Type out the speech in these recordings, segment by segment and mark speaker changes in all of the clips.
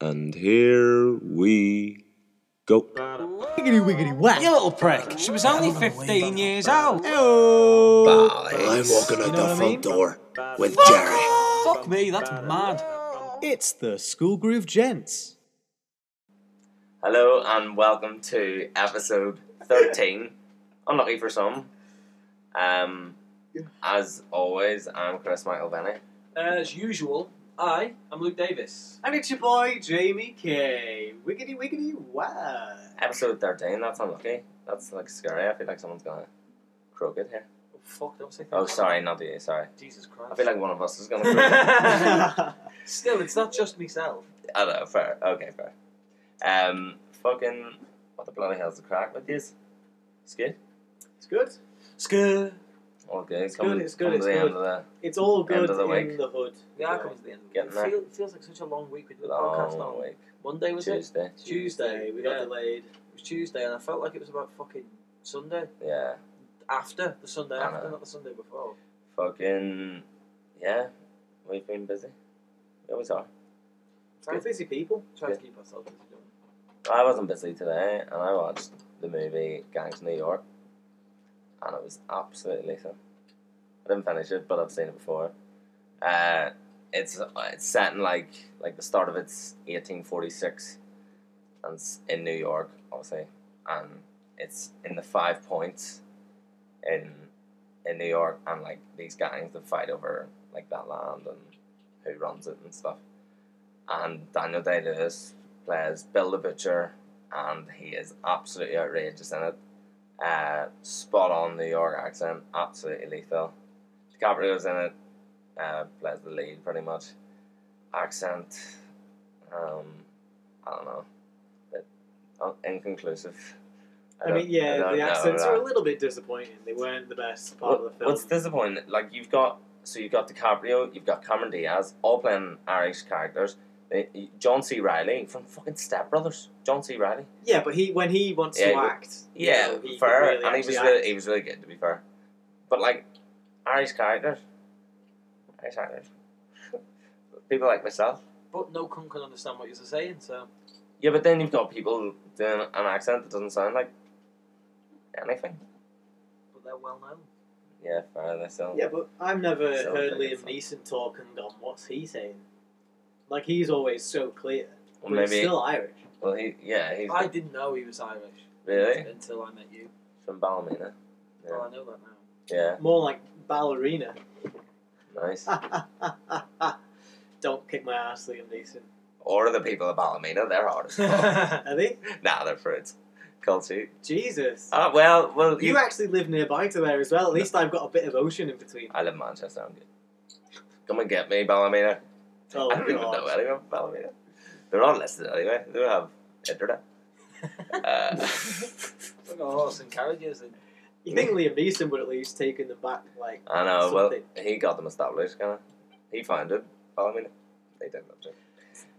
Speaker 1: And here we go.
Speaker 2: Wiggity wiggity whack.
Speaker 3: You little prick. She was only 15 years old.
Speaker 1: I'm walking out
Speaker 2: know what I
Speaker 1: the front
Speaker 2: mean?
Speaker 1: door with Jerry.
Speaker 3: Fuck me, that's mad.
Speaker 2: It's the School Groove Gents.
Speaker 4: Hello and welcome to episode 13. Unlucky for some. Um, as always, I'm Chris Michael Bennett.
Speaker 5: As usual, I am Luke Davis.
Speaker 2: And it's your boy Jamie K. Wiggity wiggity whack.
Speaker 4: Episode 13, that's unlucky. That's like scary. I feel like someone's gonna croak it here.
Speaker 5: Oh, fuck, don't say that.
Speaker 4: Oh, sorry, not you, sorry.
Speaker 5: Jesus
Speaker 4: I
Speaker 5: Christ.
Speaker 4: feel like one of us is gonna croak it.
Speaker 5: Still, it's not just myself.
Speaker 4: I know, fair. Okay, fair. Um, fucking, what the bloody hell's the crack with this? It's good.
Speaker 2: it's good.
Speaker 5: Skr.
Speaker 4: All good.
Speaker 2: It's
Speaker 4: Come-
Speaker 2: good, it's good,
Speaker 4: come
Speaker 2: it's
Speaker 4: to the end
Speaker 2: good.
Speaker 4: of the
Speaker 2: It's all
Speaker 4: End
Speaker 2: good
Speaker 4: of the
Speaker 2: in
Speaker 4: week.
Speaker 2: the hood.
Speaker 5: We are coming to the end. of the
Speaker 4: Getting
Speaker 5: week.
Speaker 4: there.
Speaker 5: Feel, feels like such a long week. We did the podcast
Speaker 4: long
Speaker 5: on
Speaker 4: week.
Speaker 5: Monday, was it?
Speaker 4: Tuesday.
Speaker 5: Tuesday.
Speaker 2: we got
Speaker 5: yeah.
Speaker 2: delayed.
Speaker 5: It was Tuesday, and I felt like it was about fucking Sunday.
Speaker 4: Yeah.
Speaker 5: After the Sunday
Speaker 4: I
Speaker 5: after,
Speaker 4: know.
Speaker 5: not the Sunday before.
Speaker 4: Fucking, yeah. We've been busy. We always are.
Speaker 2: We're busy people.
Speaker 5: Try to
Speaker 4: Yeah.
Speaker 5: keep ourselves busy. don't we?
Speaker 4: I wasn't busy today, and I watched the movie Gangs of New York, and it was absolutely fun. I didn't finish it, but I've seen it before. Uh, it's it's set in like like the start of it's eighteen forty six, and it's in New York, obviously, and it's in the Five Points, in in New York, and like these gangs that fight over like that land and who runs it and stuff. And Daniel Day Lewis plays Bill the Butcher, and he is absolutely outrageous in it. Uh, spot on New York accent, absolutely lethal. DiCaprio's in it, uh, plays the lead pretty much. Accent, um, I don't know, bit uh, inconclusive.
Speaker 2: I mean,
Speaker 4: don't-
Speaker 2: yeah,
Speaker 4: don't
Speaker 2: the
Speaker 4: know
Speaker 2: accents
Speaker 4: that.
Speaker 2: are a little bit disappointing. They weren't the best part of the film.
Speaker 4: What's disappointing? Like you've got so you've got DiCaprio, you've got Cameron Diaz, all playing Irish characters. They- John C. Riley from fucking Step Brothers. John C. Riley.
Speaker 2: Yeah, but he when he wants
Speaker 4: Yeah,
Speaker 2: to
Speaker 4: he-
Speaker 2: act, you
Speaker 4: Yeah,
Speaker 2: know, he can
Speaker 4: fair.
Speaker 2: really
Speaker 4: and he was
Speaker 2: actually
Speaker 4: really,
Speaker 2: act.
Speaker 4: he was really good to be fair. But like Irish characters, Irish characters, people like myself.
Speaker 5: But no cunt can understand what you're saying, so.
Speaker 4: Yeah, but then you've got people doing an accent that doesn't sound like anything.
Speaker 5: But they're well known.
Speaker 4: Yeah, fair. They still.
Speaker 2: Yeah, but I've never
Speaker 4: So
Speaker 2: heard
Speaker 4: big
Speaker 2: Liam
Speaker 4: and fun.
Speaker 2: Neeson talk and gone, "What's he saying?" Like he's always so clear,
Speaker 4: well,
Speaker 2: but he's
Speaker 4: maybe.
Speaker 2: still Irish.
Speaker 4: Well, he. Yeah, he's
Speaker 5: I didn't know he was Irish.
Speaker 4: Really?
Speaker 5: Until I met you.
Speaker 4: from Ballymena. Yeah.
Speaker 5: Well, I know that now.
Speaker 4: Yeah,
Speaker 2: More like ballerina.
Speaker 4: nice.
Speaker 2: Don't kick my ass, Liam Neeson.
Speaker 4: Or the people of Ballymena, they're hard as fuck.
Speaker 5: I
Speaker 2: Are they?
Speaker 4: nah, they're fruits. Culty.
Speaker 2: Jesus.
Speaker 4: Ah, well, well,
Speaker 2: you actually live nearby to there as well. At least I've got a bit of ocean in between.
Speaker 4: I live in Manchester, I'm good. Come and get me, Ballymena.
Speaker 2: Oh,
Speaker 4: I don't even
Speaker 2: God.
Speaker 4: know anyone from Ballymena. They're not listed anyway, they don't have internet. Uh,
Speaker 5: got a horse and carriages and
Speaker 2: You think Liam Neeson would at least taken them back, like
Speaker 4: I know, well,
Speaker 2: Something.
Speaker 4: he got them established, kind of. He founded Ballymena. They didn't have to.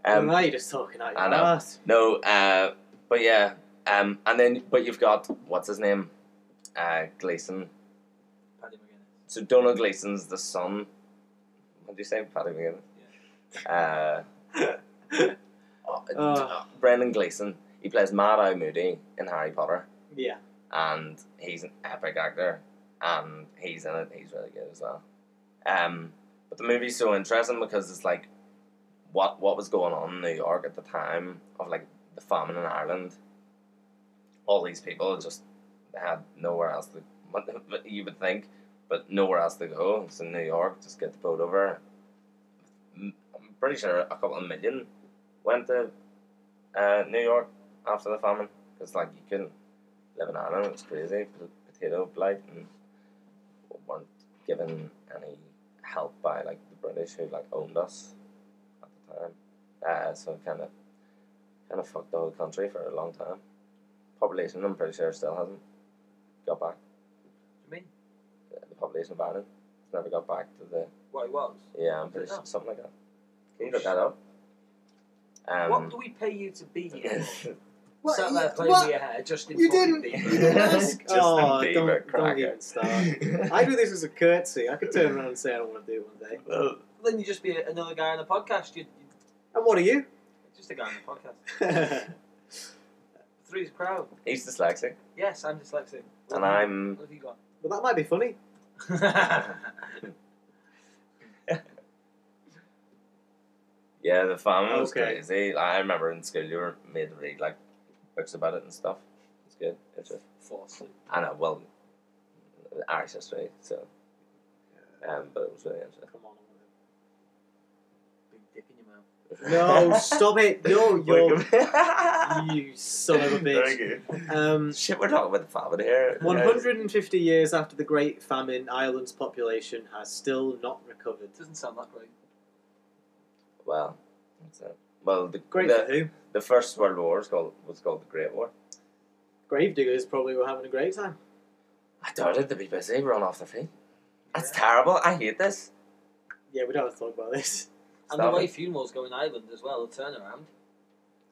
Speaker 2: well, now you're just talking out your
Speaker 4: Um, I know.
Speaker 2: ass.
Speaker 4: No, uh, but yeah, um, and then, but you've got, what's his name? Uh, Gleason.
Speaker 5: Paddy McGuinness.
Speaker 4: So Donald Gleason's the son. What do you say, Paddy McGinn? Uh, oh, d-
Speaker 2: Ugh.
Speaker 4: Brendan Gleeson. He plays Mad Eye Moody in Harry Potter,
Speaker 2: Yeah.
Speaker 4: and he's an epic actor, and he's in it. He's really good as well. Um, but the movie's so interesting because it's like what what was going on in New York at the time of like the famine in Ireland. All these people just had nowhere else to. What what you would think, but nowhere else to go. It's in New York. Just get the boat over. M- I'm pretty sure a couple of million went to uh, New York after the famine because like you couldn't live in Ireland. It was crazy. P- Potato blight and weren't given any help by like the British who like owned us at the time. Uh, so kind of kind of fucked the whole country for a long time. Population, I'm pretty sure, still hasn't got back. uh,
Speaker 5: You mean?
Speaker 4: The, the population of Ireland It's never got back to the
Speaker 5: What he was.
Speaker 4: yeah, I'm pretty
Speaker 5: Is it
Speaker 4: sure
Speaker 5: not?
Speaker 4: something like that. Can you look that up?
Speaker 5: what
Speaker 4: Um,
Speaker 5: do we pay you to be here?
Speaker 4: just
Speaker 5: Sat there playing with your hair just in
Speaker 2: You
Speaker 5: fucking
Speaker 2: didn't-
Speaker 5: Bieber.
Speaker 2: you didn't ask? Oh,
Speaker 4: a
Speaker 2: don't-
Speaker 4: Bieber
Speaker 2: don't
Speaker 4: cracker.
Speaker 2: even start. I do this as a curtsy. I could turn around and say I don't want to do it one day.
Speaker 4: Well,
Speaker 5: Then you'd just be another guy on the podcast. You'd,
Speaker 2: And what are you?
Speaker 5: Just a guy on the podcast.
Speaker 2: That's
Speaker 5: Three's proud.
Speaker 4: He's dyslexic,
Speaker 5: Yes, I'm dyslexic. What have
Speaker 4: and
Speaker 5: you-
Speaker 4: I'm.
Speaker 5: What have you got?
Speaker 2: But that might be funny.
Speaker 4: yeah, the family was
Speaker 2: Okay.
Speaker 4: crazy. Like, I remember in school you were made to read like books about it and stuff. It's good. It's a,
Speaker 5: Falsely.
Speaker 4: I know. Well, Irish history, so. Um, but it was really interesting.
Speaker 2: Come on.
Speaker 5: Big dick in your mouth.
Speaker 2: No, stop it. No, you're
Speaker 4: Welcome.
Speaker 2: you son of a
Speaker 4: Thank
Speaker 2: bitch.
Speaker 4: you.
Speaker 2: Um,
Speaker 4: Shit, we're talking about the family here.
Speaker 2: 150 years after the Great Famine, Ireland's population has still not recovered.
Speaker 5: It doesn't sound that great.
Speaker 4: Well, that's it. Well, the
Speaker 2: Great
Speaker 4: the,
Speaker 2: for who?
Speaker 4: the first World War was called was called the Great War.
Speaker 2: Gravediggers probably were having a great time.
Speaker 4: I doubted to be busy, run off their feet. That's terrible. I hate this.
Speaker 2: Yeah, we don't have to talk about this.
Speaker 5: And the
Speaker 4: Stop
Speaker 5: way
Speaker 4: it.
Speaker 5: funerals go in Ireland as well, the turnaround.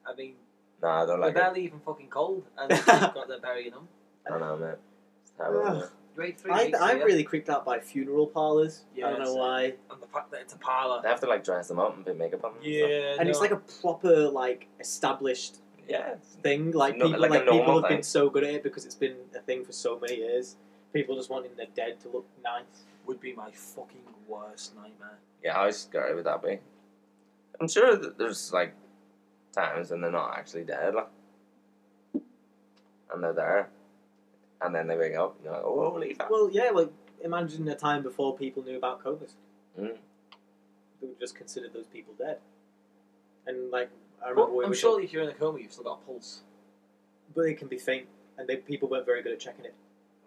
Speaker 5: I mean,
Speaker 4: No, I don't like
Speaker 5: they're
Speaker 4: it.
Speaker 5: barely even fucking cold, and they've got their burying them.
Speaker 4: I know, man. It's terrible.
Speaker 2: Ugh.
Speaker 4: man.
Speaker 5: Grade three.
Speaker 2: I,
Speaker 5: weeks
Speaker 2: I'm
Speaker 5: here,
Speaker 2: really creeped out by funeral parlors. I don't
Speaker 5: Yeah,
Speaker 2: know
Speaker 5: same.
Speaker 2: why.
Speaker 5: And the fact that it's a parlour.
Speaker 4: They have to like dress them up and put makeup on them. and stuff.
Speaker 5: Yeah.
Speaker 2: And it's
Speaker 5: no.
Speaker 2: like a proper, like, established
Speaker 4: Yeah. it's-
Speaker 2: thing. Like,
Speaker 4: No-
Speaker 2: people,
Speaker 4: like a
Speaker 2: like people
Speaker 4: normal
Speaker 2: have
Speaker 4: thing.
Speaker 2: been so good at it because it's been a thing for so many years. People just wanting their dead to look nice.
Speaker 5: would be my fucking worst nightmare.
Speaker 4: Yeah, how scary would that be? I'm sure that there's like times when they're not actually dead, like, and they're there, and then they wake up and you're like, oh, holy fuck.
Speaker 2: Well, yeah, like, imagine a time before people knew about COVID.
Speaker 4: Mm.
Speaker 2: They would just consider those people dead. And, like, I remember
Speaker 5: But
Speaker 2: we
Speaker 5: I'm
Speaker 2: were
Speaker 5: sure if you're in a coma, you've still got a pulse.
Speaker 2: but it can be faint, and they, people weren't very good at checking it.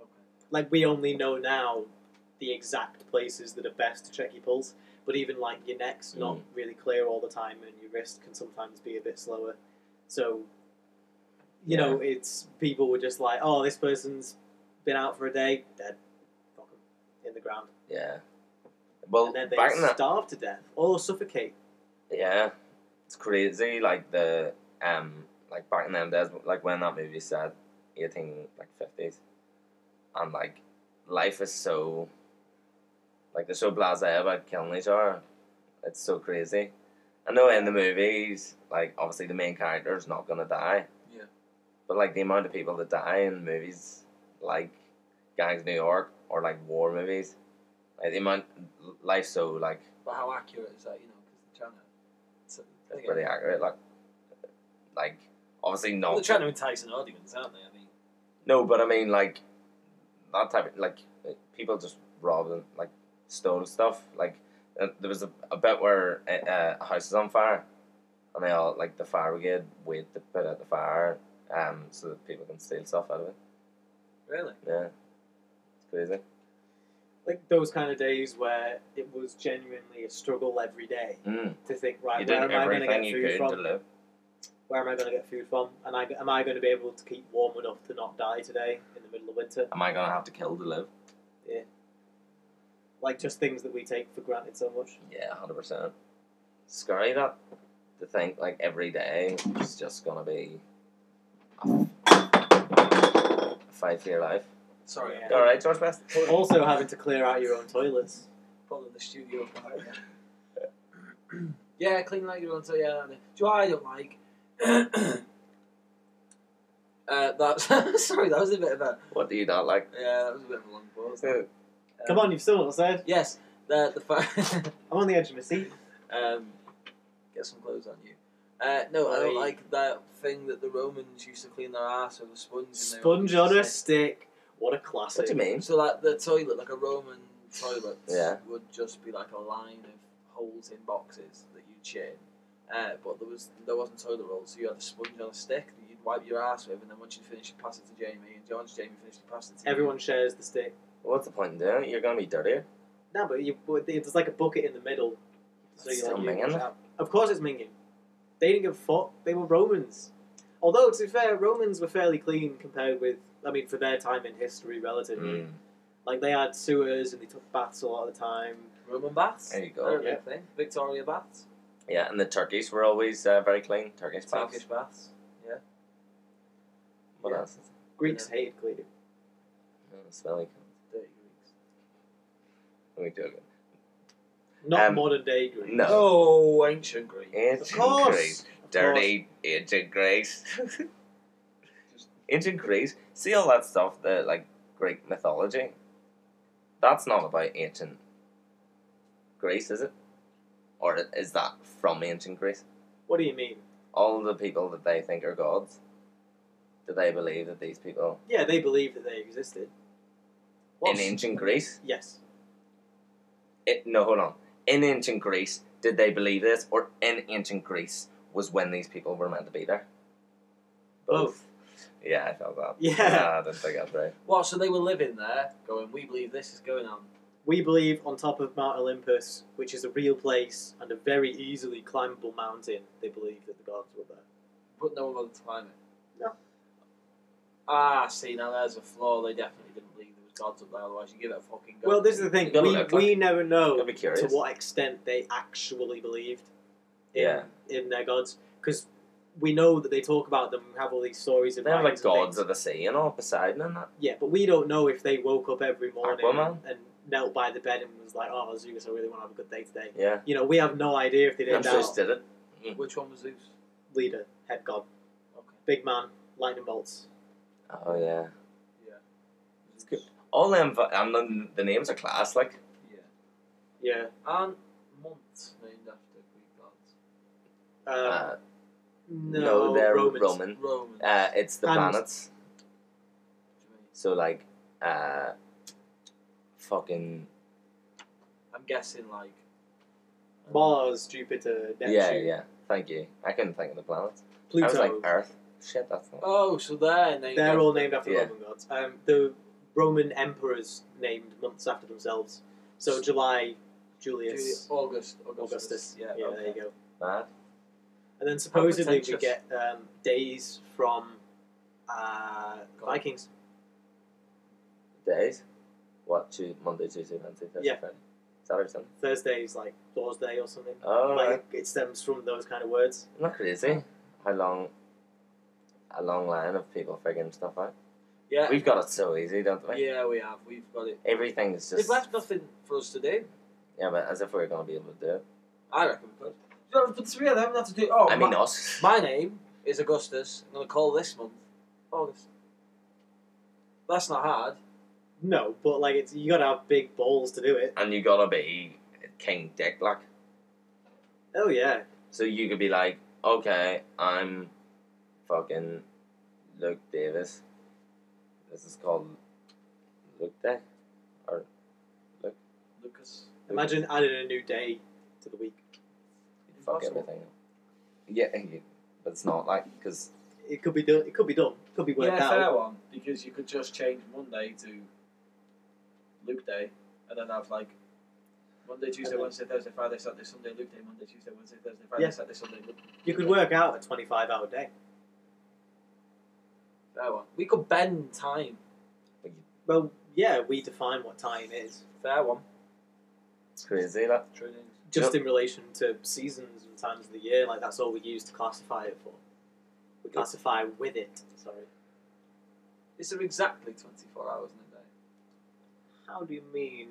Speaker 5: Okay.
Speaker 2: Like we only know now the exact places that are best to check your pulse, but even like your neck's not
Speaker 4: Mm.
Speaker 2: really clear all the time, and your wrist can sometimes be a bit slower. So, you
Speaker 4: Yeah.
Speaker 2: know, it's people were just like, "Oh, this person's been out for a day, dead, fuck 'em, in the ground,"
Speaker 4: Yeah. Well,
Speaker 2: and then they
Speaker 4: back in the
Speaker 2: starve to death or suffocate.
Speaker 4: Yeah, it's crazy. Like the um, like back in them days, like when that movie said eighteen like fifties, and like life is so like they're so blasé about killing each other. It's so crazy. I know in the movies, like obviously the main character is not gonna die.
Speaker 5: Yeah.
Speaker 4: But like the amount of people that die in movies, like Gangs of New York or like war movies, like the amount life's so like
Speaker 5: But how accurate is that? You know, because they're trying to. so-
Speaker 4: That's
Speaker 5: again,
Speaker 4: pretty accurate. Like, like obviously
Speaker 5: well,
Speaker 4: not.
Speaker 5: they're trying to entice an audience, aren't they? I mean,
Speaker 4: No, but I mean like that type of like people just robbed and like stole stuff. Like uh, there was a, a bit where uh, uh, a house is on fire, and they all like the fire brigade wait to put out the fire, um, so that people can steal stuff out of it.
Speaker 5: really.
Speaker 4: Yeah, it's crazy.
Speaker 2: Like those kind of days where it was genuinely a struggle every day
Speaker 4: Mm.
Speaker 2: to think, right,
Speaker 4: You did
Speaker 2: where am I going to
Speaker 4: everything
Speaker 2: get
Speaker 4: you
Speaker 2: food
Speaker 4: could
Speaker 2: from?
Speaker 4: to live.
Speaker 2: where am I going to get food from? And I, am I going to be able to keep warm enough to not die today in the middle of winter?
Speaker 4: Am I gonna have to kill to live?
Speaker 2: Like just things that we take for granted so much.
Speaker 4: Yeah, hundred percent. Scary that to think like every day is just gonna be a fight for your life.
Speaker 5: Sorry,
Speaker 2: Yeah.
Speaker 5: I'm
Speaker 4: You All right, George Best.
Speaker 2: Also, having to clear out your own toilets.
Speaker 5: pulling the studio apart. yeah. yeah, clean like you want to. Yeah, I mean, do you know what I don't like. uh, that sorry, that was a bit of a
Speaker 4: What do you not like?
Speaker 5: yeah, that was a bit of a long pause. Uh,
Speaker 2: Come on, you've still not said.
Speaker 5: Yes, the the fa-
Speaker 2: I'm on the edge of my seat.
Speaker 5: um, get some clothes on you. Uh, no, I don't
Speaker 2: Aye.
Speaker 5: like that thing that the Romans used to clean their ass with a sponge. And they
Speaker 2: Sponge
Speaker 5: would
Speaker 2: on a
Speaker 5: just
Speaker 2: stick. What a classic.
Speaker 4: What do you mean?
Speaker 5: So like the toilet, like a Roman toilet,
Speaker 4: Yeah.
Speaker 5: would just be like a line of holes in boxes that you'd shit. in. Uh, but there was there wasn't toilet roll, so you had a sponge on a stick that you'd wipe your ass with, and then once you finished, you'd pass it to Jamie, and once Jamie finished, you passed it to you.
Speaker 2: Everyone shares the stick.
Speaker 4: What's the point in doing it? You're gonna be dirtier.
Speaker 2: No, but you, but there's like a bucket in the middle. So
Speaker 4: That's
Speaker 2: you like,
Speaker 4: still
Speaker 2: you
Speaker 4: minging.
Speaker 2: wash out. Of course it's minging. They didn't give a fuck. They were Romans. Although, to be fair, Romans were fairly clean compared with, I mean, for their time in history relatively.
Speaker 4: Mm.
Speaker 2: Like they had sewers and they took baths a lot of the time.
Speaker 5: Roman baths.
Speaker 4: There you go.
Speaker 5: They're a
Speaker 2: Yeah.
Speaker 5: big thing. Victoria baths.
Speaker 4: Yeah, and the turkeys were always uh, very clean. Turkish baths.
Speaker 5: Turkish baths. Yeah.
Speaker 4: What
Speaker 5: Yeah.
Speaker 4: else?
Speaker 2: Greeks hated cleaning.
Speaker 4: Oh, smelly.
Speaker 5: Dirty Greeks.
Speaker 4: Let me joke.
Speaker 2: Not
Speaker 4: Um,
Speaker 2: modern day Greeks.
Speaker 4: No.
Speaker 5: Oh, ancient Greek.
Speaker 4: Ancient
Speaker 2: Of course.
Speaker 4: Greece.
Speaker 2: Of
Speaker 4: dirty ancient Greece. ancient Greece. See all that stuff that like Greek mythology. That's not about ancient Greece, is it? Or is that from ancient Greece?
Speaker 2: What do you mean?
Speaker 4: All the people that they think are gods. Do they believe that these people
Speaker 2: Yeah, they believed that they existed.
Speaker 4: in ancient Greece?
Speaker 2: Yes.
Speaker 4: It, no, hold on. In ancient Greece, did they believe this, or in ancient Greece was when these people were meant to be there?
Speaker 2: Both.
Speaker 4: Yeah, I felt that.
Speaker 2: Yeah.
Speaker 4: Nah, I didn't think that's right.
Speaker 5: Well, so they were living there, going, we believe this is going on.
Speaker 2: We believe on top of Mount Olympus, which is a real place and a very easily climbable mountain, they believe that the gods were there.
Speaker 5: But no one bothered to climb it.
Speaker 2: No.
Speaker 5: Ah, see, now there's a flaw. They definitely didn't believe there was gods up there, otherwise you give it a fucking go.
Speaker 2: Well, this is the thing.
Speaker 4: It doesn't
Speaker 2: We,
Speaker 4: look like-
Speaker 2: we never know
Speaker 4: I'd be
Speaker 2: to
Speaker 4: curious.
Speaker 2: what extent they actually believed in,
Speaker 4: Yeah.
Speaker 2: in their gods. Because we know that they talk about them, we have all these stories of
Speaker 4: They have like
Speaker 2: writings and
Speaker 4: gods
Speaker 2: things.
Speaker 4: of the sea and all Poseidon and that.
Speaker 2: Yeah, but we don't know if they woke up every
Speaker 4: Ah,
Speaker 2: morning
Speaker 4: Aquaman?
Speaker 2: and knelt by the bed and was like, oh, Zeus, I really want to have a good day today.
Speaker 4: Yeah.
Speaker 2: You know, we have no idea if they
Speaker 4: I'm
Speaker 2: did
Speaker 4: sure
Speaker 2: that.
Speaker 4: just did it.
Speaker 5: Which one was Zeus?
Speaker 2: Leader, head god,
Speaker 5: Okay.
Speaker 2: big man, lightning bolts.
Speaker 4: Oh yeah.
Speaker 5: Zeus.
Speaker 2: good.
Speaker 4: All them. fu- And the, the names are class. Like
Speaker 5: Yeah.
Speaker 2: Yeah.
Speaker 5: Aren't months named after Greek gods?
Speaker 2: Um,
Speaker 4: uh,
Speaker 2: no,
Speaker 4: they're
Speaker 2: Romans.
Speaker 4: Roman.
Speaker 5: Romans.
Speaker 4: Uh, it's the
Speaker 2: And-
Speaker 4: planets.
Speaker 5: do you mean?
Speaker 4: So like, uh, fucking
Speaker 5: I'm guessing, like.
Speaker 2: Mars, Jupiter, Neptune,
Speaker 4: yeah, yeah. Thank you. I couldn't think of the planets.
Speaker 2: Pluto.
Speaker 4: I was like Earth. Shit, that's not.
Speaker 5: Oh, so they're named
Speaker 2: They're
Speaker 5: after
Speaker 2: all named after
Speaker 4: Yeah.
Speaker 2: Roman gods. Um, the Roman emperors named months after themselves. So July, Julius,
Speaker 5: Julius, August, Augustus.
Speaker 2: Augustus.
Speaker 5: Yeah,
Speaker 2: yeah
Speaker 5: okay.
Speaker 2: there you go.
Speaker 4: Mad.
Speaker 2: And then supposedly we
Speaker 5: pretentious.
Speaker 2: get um, days from uh,
Speaker 5: God.
Speaker 2: Vikings.
Speaker 4: Days. What? Tuesday, Monday, Tuesday, Wednesday, Thursday,
Speaker 2: Yeah.
Speaker 4: Friday. Saturday, Sunday.
Speaker 2: Thursday's like Lord's Day or something.
Speaker 4: Oh,
Speaker 2: like
Speaker 4: right.
Speaker 2: it stems from those kind of words.
Speaker 4: Isn't that crazy? How long? A long line of people figuring stuff out.
Speaker 5: Yeah.
Speaker 4: We've got it so easy, don't we?
Speaker 5: yeah, we have. We've got it.
Speaker 4: Everything is
Speaker 5: They've
Speaker 4: just.
Speaker 5: left nothing for us to do.
Speaker 4: Yeah, but as if we were going to be able to do it.
Speaker 5: I reckon we could. You know, but three of them have to do. Oh,
Speaker 4: I mean,
Speaker 5: my,
Speaker 4: us.
Speaker 5: my name is Augustus. I'm going to call this month August. That's not hard.
Speaker 2: No, but like it's you gotta have big balls to do it.
Speaker 4: and you gotta be King Dick, like.
Speaker 2: Oh yeah,
Speaker 4: So you could be like, okay, I'm fucking Luke Davis. This is called Luke Day.
Speaker 5: Lucas.
Speaker 2: imagine adding a new day to the week.
Speaker 4: You fuck
Speaker 5: Impossible.
Speaker 4: everything up. Yeah, you- but it's not like, because
Speaker 2: It could be done. It could be done. It could be worked
Speaker 5: yeah,
Speaker 2: out.
Speaker 5: fair one. Because you could just change Monday to Luke Day, and then have like Monday, Tuesday,
Speaker 2: then-
Speaker 5: Wednesday, Thursday, Friday, Saturday, Sunday, Luke Day, Monday, Tuesday, Wednesday, Thursday, Friday,
Speaker 2: Yeah.
Speaker 5: Saturday, Sunday. Luke Day.
Speaker 2: You could work out a twenty-five hour day.
Speaker 5: Fair one. We could bend time.
Speaker 2: Well, yeah, we define what time is
Speaker 5: Fair one.
Speaker 4: it's crazy, like.
Speaker 5: True news.
Speaker 2: just in relation to seasons and times of the year. Like that's all we use to classify it for. We classify with it. Sorry.
Speaker 5: Is there exactly 24 hours in a day?
Speaker 2: How do you mean?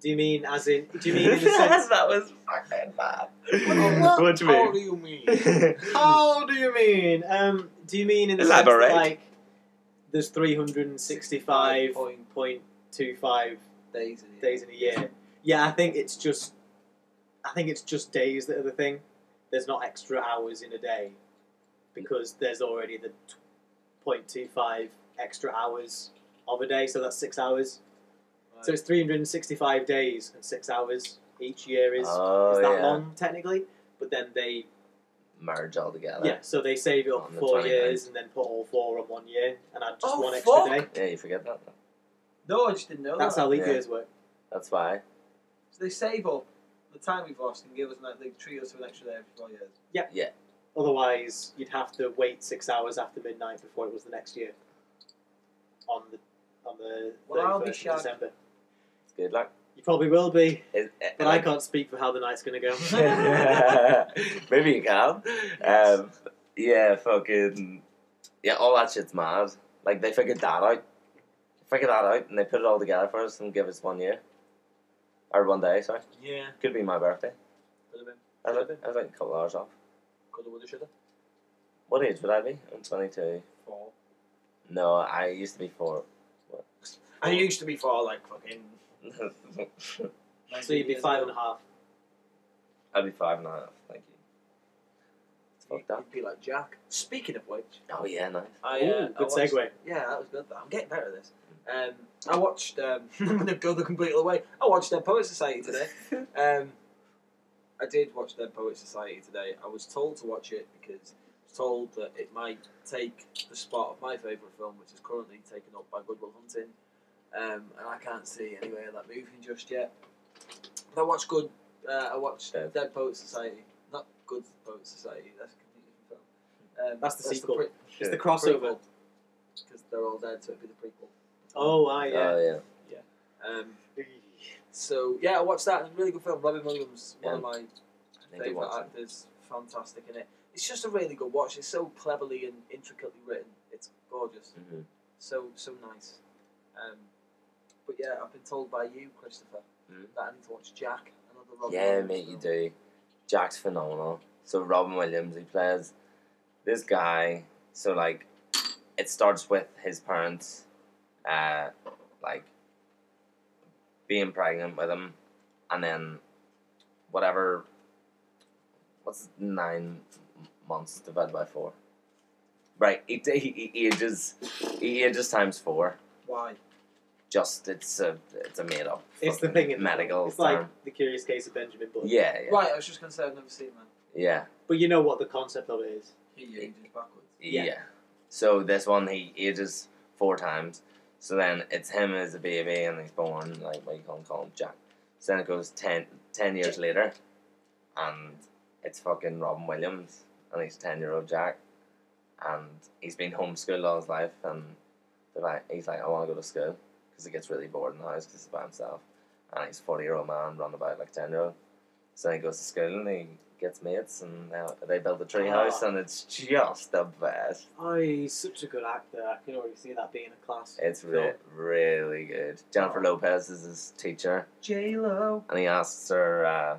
Speaker 2: Do you mean as in? Do you mean in the sense?
Speaker 4: that was fucking bad.
Speaker 1: What do you mean?
Speaker 5: do you mean?
Speaker 2: How do you mean? Um, do you mean in the sense
Speaker 4: Elaborate.
Speaker 2: that, like there's three hundred and sixty-five
Speaker 5: Point
Speaker 2: point two five
Speaker 5: days in a year.
Speaker 2: days in a year? Yeah, I think it's just, I think it's just days that are the thing. There's not extra hours in a day because there's already the point two five extra hours of a day, so that's six hours. So it's three hundred and sixty-five days and six hours each year is
Speaker 4: oh,
Speaker 2: is that
Speaker 4: yeah.
Speaker 2: long technically, but then they
Speaker 4: Merge all together.
Speaker 2: yeah, so they save it up
Speaker 4: On
Speaker 2: for
Speaker 4: the
Speaker 2: four
Speaker 4: 29th.
Speaker 2: years and then put all four on one year and add just
Speaker 5: Oh,
Speaker 2: one extra
Speaker 5: fuck! Oh,
Speaker 2: day.
Speaker 4: Yeah, you forget that.
Speaker 5: No, I just didn't know
Speaker 2: That's
Speaker 5: that.
Speaker 2: how leap
Speaker 4: Yeah.
Speaker 2: years work.
Speaker 4: That's why.
Speaker 5: So they save up the time we've lost and give us like they treat us to an extra day every four years.
Speaker 2: Otherwise, you'd have to wait six hours after midnight before it was the next year. On the on the
Speaker 5: Well, I'll be
Speaker 2: 31st of
Speaker 5: shocked.
Speaker 2: December,
Speaker 4: It's good luck.
Speaker 2: you probably will be,
Speaker 4: It, it-
Speaker 2: but I
Speaker 4: like-
Speaker 2: can't speak for how the night's gonna go.
Speaker 4: Maybe you can. Um, yeah, fucking. Yeah, all that shit's mad. Like, they figured that out. Figured that out and they put it all together for us and give us one year. Or one day, sorry.
Speaker 5: Yeah.
Speaker 4: Could be my birthday.
Speaker 5: Could have been.
Speaker 4: I was like, I was like a couple hours off.
Speaker 5: Coulda, woulda, shoulda.
Speaker 4: What age would I be? I'm 22.
Speaker 5: Four.
Speaker 4: No, I used to be four.
Speaker 5: I used to be four, like fucking.
Speaker 2: So you'd be five and a half.
Speaker 4: I'd be five and a half. Thank you. Fuck that.
Speaker 5: You'd be like Jack. Speaking of which,
Speaker 4: Oh yeah, nice.
Speaker 5: I uh,
Speaker 2: Ooh,
Speaker 5: I
Speaker 2: good
Speaker 5: watched-
Speaker 2: segue.
Speaker 5: Yeah, that was good. Though. I'm getting better at this. Um, I watched. Um, I'm gonna go the complete other way. I watched Dead Poet Society today. Um, I did watch Dead Poet Society today. I was told to watch it because I was told that it might take the spot of my favourite film, which is currently taken up by Goodwill Hunting. Um, and I can't see anywhere that moving just yet. But I watched Good. Uh, I watched
Speaker 4: Dead.
Speaker 5: Dead Poet Society, not Good Poet Society. That's a completely different film. Um,
Speaker 2: That's the sequel.
Speaker 5: pre-
Speaker 2: It's the
Speaker 4: Shit.
Speaker 2: crossover.
Speaker 5: because they're all dead, so it'd be the prequel.
Speaker 2: Oh, ah, yeah.
Speaker 4: Oh
Speaker 5: Um, so yeah, I watched that. Really good film. Robin Williams, one of my
Speaker 4: yeah. I need to
Speaker 5: favorite
Speaker 4: watch
Speaker 5: actors. Fantastic in it. It's just a really good watch. It's so cleverly and intricately written. It's gorgeous.
Speaker 4: it. Mhm.
Speaker 5: So so nice. Um, but yeah, I've been told by you, Christopher,
Speaker 4: Mhm.
Speaker 5: that I need to watch Jack. Another Robin
Speaker 4: Yeah,
Speaker 5: Williams
Speaker 4: mate, you
Speaker 5: film.
Speaker 4: do. Jack's phenomenal. So Robin Williams, he plays this guy. So like, it starts with his parents, uh, like being pregnant with him, and then whatever. What's nine months divided by four? Right, he, he, he ages, he ages times four.
Speaker 5: Why?
Speaker 4: Just it's a it's a made up.
Speaker 2: It's the thing in
Speaker 4: medical
Speaker 2: It's like
Speaker 4: term.
Speaker 2: the Curious Case of Benjamin Button.
Speaker 4: Yeah, yeah,
Speaker 5: Right. I was just gonna say I've never seen that.
Speaker 4: yeah.
Speaker 2: But you know what the concept of it is.
Speaker 5: He ages backwards.
Speaker 4: Yeah.
Speaker 2: Yeah.
Speaker 4: So this one he ages four times. So then it's him as a baby and he's born like what you call him, call him Jack. So then it goes ten, 10 years later and it's fucking Robin Williams and he's ten year old Jack and he's been homeschooled all his life and they're like he's like I want to go to school because he gets really bored in the house because he's by himself and he's a forty year old man run about like ten year old. So then he goes to school and he gets mates and they, they build a tree house
Speaker 2: Ah.
Speaker 4: and it's just the best.
Speaker 2: Oh, he's such a good actor. I can already see that being a class.
Speaker 4: It's re- really good. Jennifer Lopez is his teacher,
Speaker 5: J Lo.
Speaker 4: and he asks her. Uh,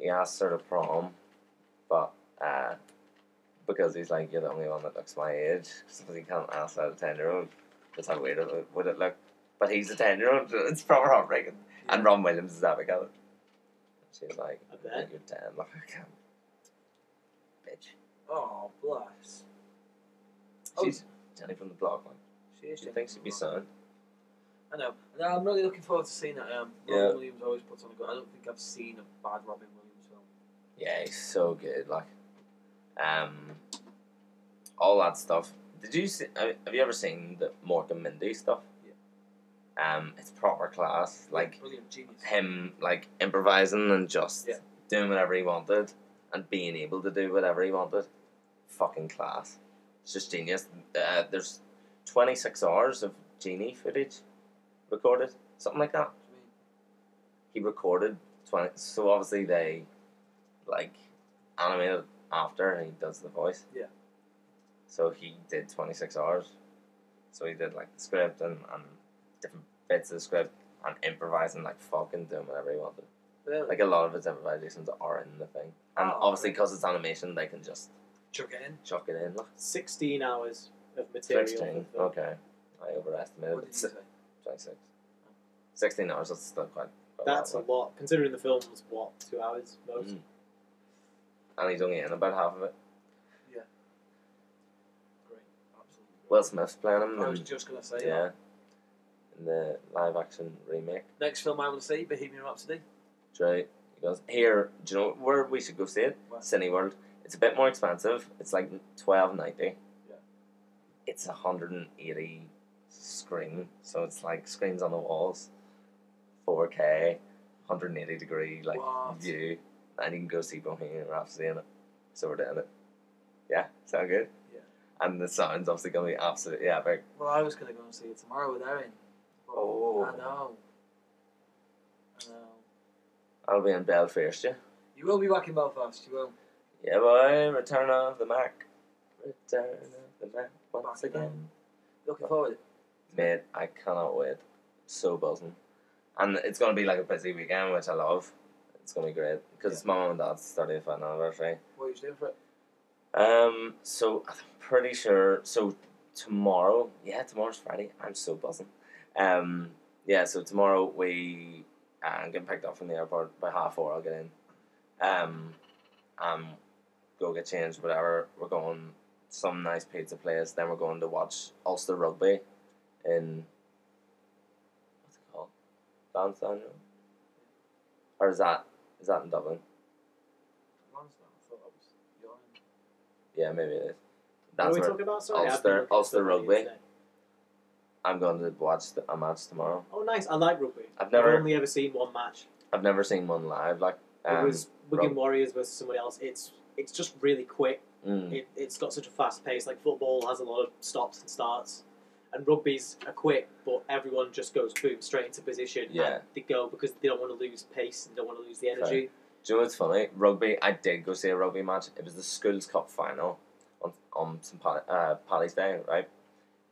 Speaker 4: he asks her to prom, but uh, because he's like, "You're the only one that looks my age," because he can't ask out a ten-year-old. That's how weird it would- would it look. But he's a ten-year-old. It's proper heartbreaking. And Ron Williams is Abigail. She's like,
Speaker 2: I bet.
Speaker 4: "You're ten, like I can't." Bitch.
Speaker 5: Oh bless. Oh.
Speaker 4: She's Jenny from the block. Like,
Speaker 5: She is.
Speaker 4: she thinks she'd be son.
Speaker 5: I know. No, I'm really looking forward to seeing that. Um, Robin
Speaker 4: Yeah.
Speaker 5: Williams always puts on a good. I don't think I've seen a bad Robin Williams film.
Speaker 4: Yeah, he's so good. Like, um, all that stuff. Did you see? Have have you ever seen the Mork and Mindy stuff? Yeah. Um, it's proper class. Like
Speaker 5: brilliant genius.
Speaker 4: him, like improvising and just
Speaker 5: Yeah.
Speaker 4: doing whatever he wanted and being able to do whatever he wanted. Fucking class. It's just genius. Uh, there's twenty six hours of genie footage recorded, something like that
Speaker 5: I mean,
Speaker 4: he recorded 20 so obviously they like animated after and he does the voice
Speaker 5: Yeah.
Speaker 4: so he did 26 hours so he did like the script and, and different bits of the script and improvising like fucking doing whatever he wanted
Speaker 5: really?
Speaker 4: like a lot of his improvisations are in the thing and
Speaker 5: Oh,
Speaker 4: obviously
Speaker 5: right.
Speaker 4: because it's animation they can just
Speaker 5: chuck it in.
Speaker 4: chuck it in Look,
Speaker 2: 16 hours of material.
Speaker 4: 16
Speaker 2: for the-
Speaker 4: okay I overestimated
Speaker 5: What did
Speaker 4: it.
Speaker 5: you say?
Speaker 4: 26 16 hours that's still quite, quite a lot
Speaker 2: That's
Speaker 4: of
Speaker 2: a lot, considering the film was, what, two hours most?
Speaker 4: Mm. work. and he's only in about half of it
Speaker 5: Great, absolutely. great.
Speaker 4: Will Smith's playing him
Speaker 5: I
Speaker 4: and
Speaker 5: was just gonna say.
Speaker 4: mm, Yeah.
Speaker 5: Yeah.
Speaker 4: In the live action remake.
Speaker 5: Next film I want to see, Bohemian Rhapsody.
Speaker 4: Dre he goes, Here, do you know where we should go see it?
Speaker 5: Where?
Speaker 4: Cineworld. It's a bit more expensive. It's like twelve ninety.
Speaker 5: Yeah.
Speaker 4: It's a hundred and eighty screen, so it's like screens on the walls, four K, hundred and eighty degree like
Speaker 5: What?
Speaker 4: view. And you can go see Bohemian Rhapsody in it. So we're doing it. Yeah, sound good?
Speaker 5: Yeah.
Speaker 4: And the sound's obviously gonna be absolutely epic.
Speaker 5: Well, I was gonna go and see it tomorrow with Erin. but
Speaker 4: Oh.
Speaker 5: I know. I know.
Speaker 4: I'll be in Belfast, yeah.
Speaker 5: You will be back in Belfast. You will.
Speaker 4: Yeah, boy, return of the Mac. Return of the Mac once
Speaker 5: Back again.
Speaker 4: again.
Speaker 5: Looking forward.
Speaker 4: Mate, I cannot wait. So buzzing. And it's going to be like a busy weekend, which I love. It's going to be great because it's my mum and dad's 35th anniversary.
Speaker 5: What are what you're doing for it?
Speaker 4: Um, so I'm pretty sure. So tomorrow, yeah, tomorrow's Friday. I'm so buzzing. Um, yeah, so tomorrow we uh, I'm getting picked up from the airport by half four. I'll get in. Um, um, go get changed, whatever. We're going some nice pizza place. Then we're going to watch Ulster rugby in what's it called? Lansdowne, or is that is that in Dublin?
Speaker 5: Lansdowne, I thought that was your end.
Speaker 4: Yeah, maybe it
Speaker 2: What are
Speaker 4: is. That's
Speaker 2: we
Speaker 4: where
Speaker 2: talking about? Sorry, I've
Speaker 4: Ulster-
Speaker 2: been looking at
Speaker 4: Ulster
Speaker 2: stuff on the
Speaker 4: rugby.
Speaker 2: internet.
Speaker 4: I'm going to watch the, a match tomorrow.
Speaker 2: Oh, nice. I like rugby.
Speaker 4: I've never-
Speaker 2: I've only ever seen one match.
Speaker 4: I've never seen one live. Like um,
Speaker 2: it was Wigan
Speaker 4: rug-
Speaker 2: Warriors versus someone else. It's it's just really quick.
Speaker 4: mm,
Speaker 2: It, it's got such a fast pace. Like football has a lot of stops and starts, and rugby's are quick, but everyone just goes boom straight into position.
Speaker 4: Yeah.
Speaker 2: and they go because they don't want to lose pace and don't want to lose the energy.
Speaker 4: Do you know what's funny? Rugby. I did go see a rugby match. It was the schools cup final on on St. Pat, uh, Paddy's Day, right?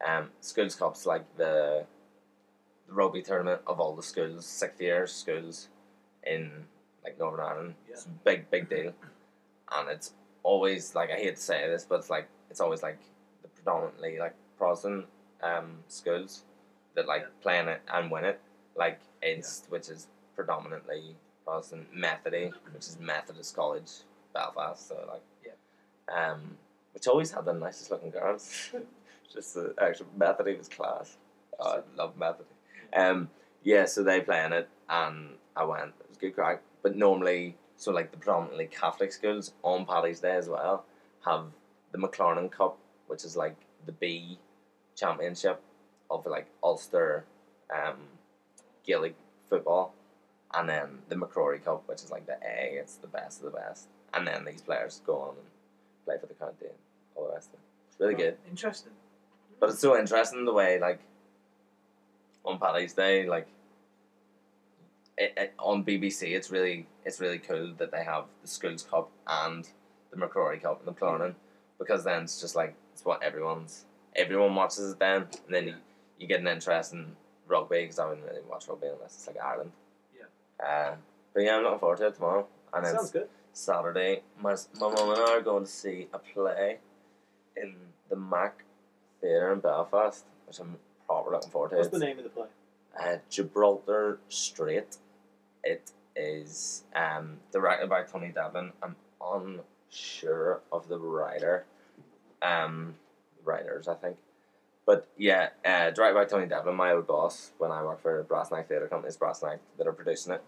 Speaker 4: Um, schools cup's like the, the rugby tournament of all the schools, sixth year schools in like Northern Ireland. It's a big big deal, and it's always like I hate to say this, but it's like it's always like the predominantly like Protestant um schools that like playing it and win it, like it's which is predominantly Protestant Methody, which is Methodist College, Belfast. So like, yeah, um, which always had the nicest looking girls. Just the actual Methody was class. Oh, I love Methody. Um, yeah, so they playing it, and I went. It was good crack. But normally, so like the predominantly Catholic schools on Paddy's Day as well have the McLaren Cup, which is like the B championship of like Ulster, um, Gaelic football, and then the McCrory Cup, which is like the A. It's the best of the best, and then these players go on and play for the county and all the rest of it. It's really good.
Speaker 5: Interesting.
Speaker 4: But it's so interesting the way, like, on Paddy's Day, like, it, it, on BBC, it's really it's really cool that they have the Schools Cup and the McCrory Cup and the Clonan, because then it's just like it's what everyone's everyone watches it then, and then you, you get an interest in rugby because I wouldn't really watch rugby unless it's like Ireland. Yeah. Uh, but yeah, I'm looking forward to it tomorrow, and then
Speaker 2: Sounds good.
Speaker 4: Saturday, my my mum and I are going to see a play in the Mac Theatre in Belfast, which I'm proper looking forward to.
Speaker 2: What's
Speaker 4: It's,
Speaker 2: the name of the play?
Speaker 4: Uh, Gibraltar Strait. It is um, directed by Tony Devlin. I'm unsure of the writer, um, writers I think, but yeah, uh, directed by Tony Devlin, my old boss when I worked for Brass Knife Theatre Company. It's Brass Knife that are producing it,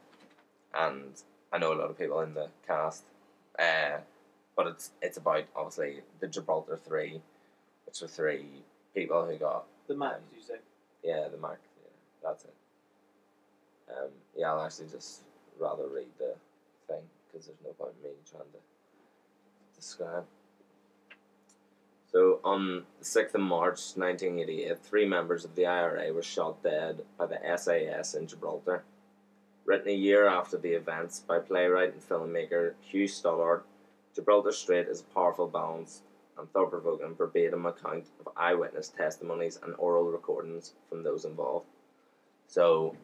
Speaker 4: and I know a lot of people in the cast. Uh, but it's it's about obviously the Gibraltar Three, which were three people who got
Speaker 2: The match, did you say?
Speaker 4: yeah, the Mac. Yeah, that's it. Um, yeah, I'll actually just rather read the thing because there's no point in me trying to describe. So on the sixth of March, nineteen eighty-eight, three members of the IRA were shot dead by the SAS in Gibraltar. Written a year after the events by playwright and filmmaker Hugh Stoddard, Gibraltar Strait is a powerful balance and thought-provoking verbatim account of eyewitness testimonies and oral recordings from those involved. So,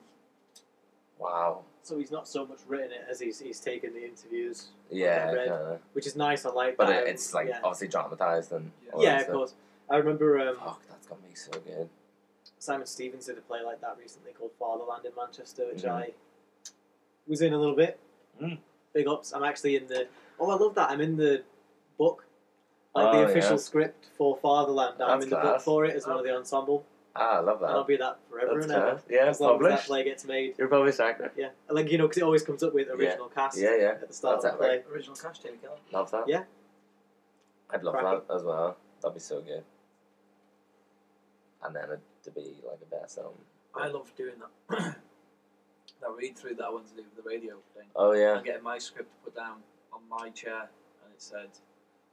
Speaker 4: wow,
Speaker 2: So he's not so much written it as he's, he's taken the interviews,
Speaker 4: yeah,
Speaker 2: I read.
Speaker 4: kinda.
Speaker 2: which is nice. I like
Speaker 4: but
Speaker 2: that. um,
Speaker 4: it, it's like
Speaker 2: yeah,
Speaker 4: obviously dramatized and all
Speaker 2: yeah
Speaker 4: that
Speaker 2: of
Speaker 4: stuff.
Speaker 2: course. I remember um,
Speaker 4: Fuck, that's gonna be so good.
Speaker 2: Simon Stevens did a play like that recently called Fatherland in Manchester, which
Speaker 4: Mhm.
Speaker 2: I was in a little bit.
Speaker 4: Mm.
Speaker 2: Big ups. I'm actually in the. Oh, I love that. I'm in the book, like
Speaker 4: Oh,
Speaker 2: the official
Speaker 4: yeah.
Speaker 2: script for Fatherland. I'm
Speaker 4: That's
Speaker 2: in the book
Speaker 4: class.
Speaker 2: for it as one of the ensemble,
Speaker 4: Ah, I love
Speaker 2: and I'll
Speaker 4: that.
Speaker 2: be that forever
Speaker 4: That's
Speaker 2: and ever.
Speaker 4: class. Yeah,
Speaker 2: As long as that
Speaker 4: published.
Speaker 2: play gets made,
Speaker 4: You're published actor.
Speaker 2: yeah, like you know, because it always comes up with original cast
Speaker 4: Yeah, yeah,
Speaker 2: at the start
Speaker 4: That's
Speaker 2: of the play.
Speaker 4: epic.
Speaker 5: Original cast, Jamie Kelly.
Speaker 4: love that.
Speaker 2: Yeah.
Speaker 4: I'd love
Speaker 2: Cracking.
Speaker 4: that as well. That'd be so good. And then it to be like a best film.
Speaker 5: I love doing that. that read through that I wanted to do with the radio thing.
Speaker 4: Oh yeah,
Speaker 5: And getting my script put down on my chair, and it said,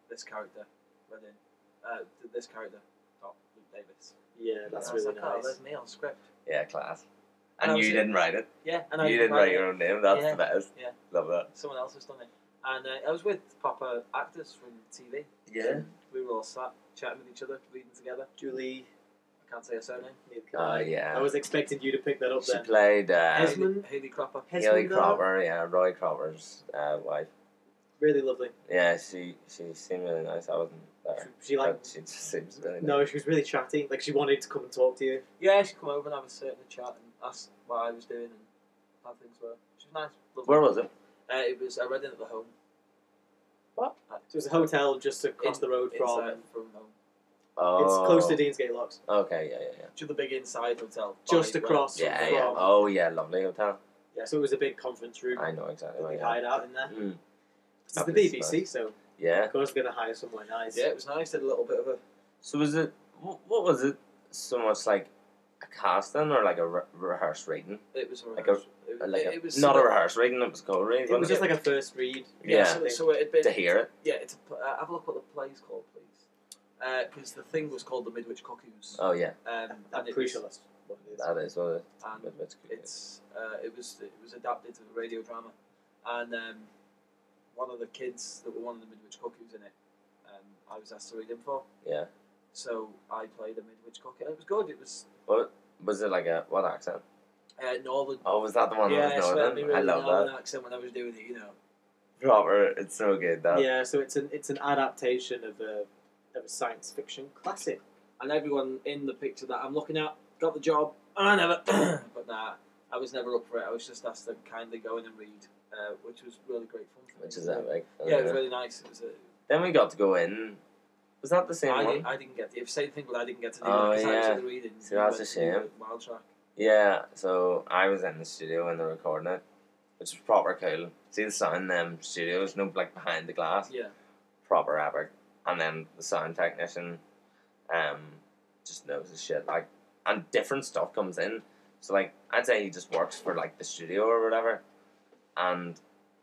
Speaker 5: "This character, read in, uh, th- this character, dot Luke Davis."
Speaker 2: Yeah, that's
Speaker 5: and I was
Speaker 2: really
Speaker 5: like, "Oh,
Speaker 2: nice.
Speaker 5: there's me on script."
Speaker 4: yeah, class.
Speaker 5: And
Speaker 4: And,
Speaker 5: I
Speaker 4: you
Speaker 5: was-
Speaker 4: didn't write it.
Speaker 5: Yeah, and I
Speaker 4: you
Speaker 5: didn't
Speaker 4: didn't write your own name. That's
Speaker 5: Yeah,
Speaker 4: the best.
Speaker 5: yeah.
Speaker 4: Love that.
Speaker 5: it. Someone else has done it, and uh, I was with proper actors from TV.
Speaker 4: Yeah.
Speaker 5: We were all sat chatting with each other, reading together.
Speaker 2: Julie,
Speaker 5: I can't say her surname.
Speaker 2: Neil
Speaker 4: Oh
Speaker 2: Kinnaird.
Speaker 4: yeah.
Speaker 2: I was expecting you to pick that up
Speaker 4: she
Speaker 2: then.
Speaker 4: played uh,
Speaker 2: Esmond?
Speaker 5: Haley Cropper.
Speaker 2: Hesmond,
Speaker 4: Haley
Speaker 2: though?
Speaker 4: Cropper. Yeah, Roy Cropper's uh, wife.
Speaker 2: Really lovely.
Speaker 4: Yeah, she she seemed really nice. I wasn't there.
Speaker 2: She, she like
Speaker 4: but she just seems really nice.
Speaker 2: no, she was really chatty. Like she wanted to come and talk to you.
Speaker 5: Yeah, she come over and have a sit and a chat and ask what I was doing and how things were. She was nice. Lovely.
Speaker 4: Where was it?
Speaker 5: Uh, it was I read it at the home.
Speaker 2: So it was a hotel just across the road from.
Speaker 5: Inside from home.
Speaker 4: Oh,
Speaker 2: It's close to Deansgate Locks.
Speaker 4: Okay, yeah, yeah,
Speaker 5: To the big inside hotel.
Speaker 2: Just
Speaker 5: by where-
Speaker 2: across.
Speaker 4: yeah, yeah,
Speaker 2: from,
Speaker 4: yeah. Oh, yeah, lovely hotel.
Speaker 2: yeah. So it was a big conference room.
Speaker 4: I know exactly
Speaker 2: that
Speaker 4: where
Speaker 2: we
Speaker 4: you are.
Speaker 2: hired out in there.
Speaker 4: Mm.
Speaker 2: It's the
Speaker 4: Fabulous
Speaker 2: BBC, so
Speaker 4: Yeah.
Speaker 2: of course we're gonna hire somewhere nice.
Speaker 5: Yeah, it was nice. Did a little bit of a
Speaker 4: So was it? What, what was it? So much like a casting or like a re- rehearsed reading?
Speaker 5: It was a
Speaker 4: Like a-
Speaker 5: rehearsal. it,
Speaker 4: Like
Speaker 5: it,
Speaker 4: a,
Speaker 5: it was
Speaker 4: not a
Speaker 5: similar-
Speaker 4: rehearsed reading. It was a cold reading.
Speaker 2: It was
Speaker 4: wasn't
Speaker 2: just like a first read.
Speaker 4: Yeah.
Speaker 2: I
Speaker 5: So,
Speaker 2: think.
Speaker 5: so it had been
Speaker 4: to hear it.
Speaker 5: Yeah, it's a, pl- uh, have a look what the play's called, please. Because the thing was called the Midwich Cuckoos.
Speaker 4: Oh yeah,
Speaker 5: Um,
Speaker 2: I'm
Speaker 5: and it
Speaker 2: pretty
Speaker 5: was,
Speaker 2: sure that's what it is.
Speaker 4: that is what it is.
Speaker 5: and
Speaker 4: But it's good.
Speaker 5: it's uh, it was it was adapted to a radio drama, and um, one of the kids that were one of the Midwich Cuckoos in it, um, I was asked to read him for.
Speaker 4: Yeah.
Speaker 5: So I played a Midwich Cuckoo. and It was good. It was
Speaker 4: Was it like a what accent?
Speaker 5: uh, Northern.
Speaker 4: Oh, was that the one
Speaker 5: yeah,
Speaker 4: that was
Speaker 5: so
Speaker 4: northern?
Speaker 5: really
Speaker 4: I love
Speaker 5: Northern
Speaker 4: that.
Speaker 5: accent when I was doing it. You know.
Speaker 4: Proper, it's so good. That
Speaker 2: Yeah, so it's an it's an adaptation of a of a science fiction classic.
Speaker 5: and everyone in the picture that I'm looking at got the job, and I never. but nah, I was never up for it. I was just asked to kindly go in and read, uh, which was really great fun. For me.
Speaker 4: which is oh, epic.
Speaker 5: Yeah, it was really nice. It was a,
Speaker 4: Then we got to go in. Was that the same
Speaker 5: I,
Speaker 4: one?
Speaker 5: did, I didn't get the same thing, but I didn't get to do
Speaker 4: Oh,
Speaker 5: it because I was
Speaker 4: yeah.
Speaker 5: in the reading.
Speaker 4: So that's
Speaker 5: Went
Speaker 4: a shame.
Speaker 5: to Wild track.
Speaker 4: Yeah, so I was in the studio when they were recording it, which was proper cool. See the sound in them studios, no like behind the glass,
Speaker 5: Yeah,
Speaker 4: proper epic. And then the sound technician, um, just knows his shit. Like, and different stuff comes in. So like, I'd say he just works for like the studio or whatever. And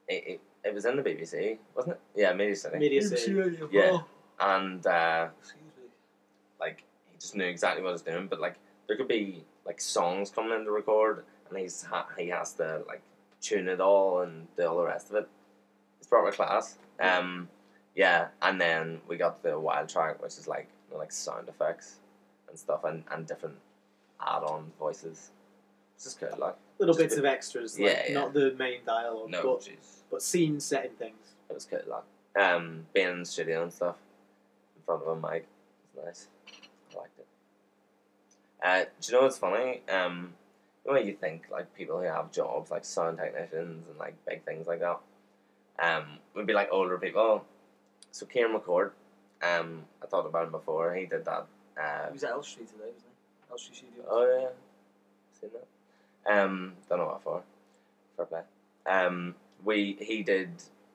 Speaker 4: it it, it was in the BBC, wasn't it? Yeah, Media City.
Speaker 2: Media City.
Speaker 4: Yeah. and uh,
Speaker 5: Excuse me.
Speaker 4: like he just knew exactly what he was doing. But like there could be like songs coming in to record, and he's ha- he has to like tune it all and do all the rest of it. It's proper class. Um, yeah, and then we got to the wild track, which is like you know, like sound effects and stuff, and, and different add-on voices. It's just cool, like
Speaker 2: Little
Speaker 4: Just
Speaker 2: bits
Speaker 4: a
Speaker 2: of extras, like
Speaker 4: Yeah, yeah.
Speaker 2: not the main dialogue,
Speaker 4: no,
Speaker 2: but
Speaker 4: jeez.
Speaker 2: but scene setting things.
Speaker 4: It was cool, like um, being in the studio and stuff in front of a mic. It was nice. I liked it. Uh, do you know what's funny? Um, the way you think like people who have jobs like sound technicians and like big things like that, um, would be like older people. So Kieran McCord, um, I thought about him before. He did that. Uh,
Speaker 5: He was at Elstree today, wasn't he? Elstree Studios.
Speaker 4: Oh yeah, seen that. Um, don't know what for. Fair play. Um, we he did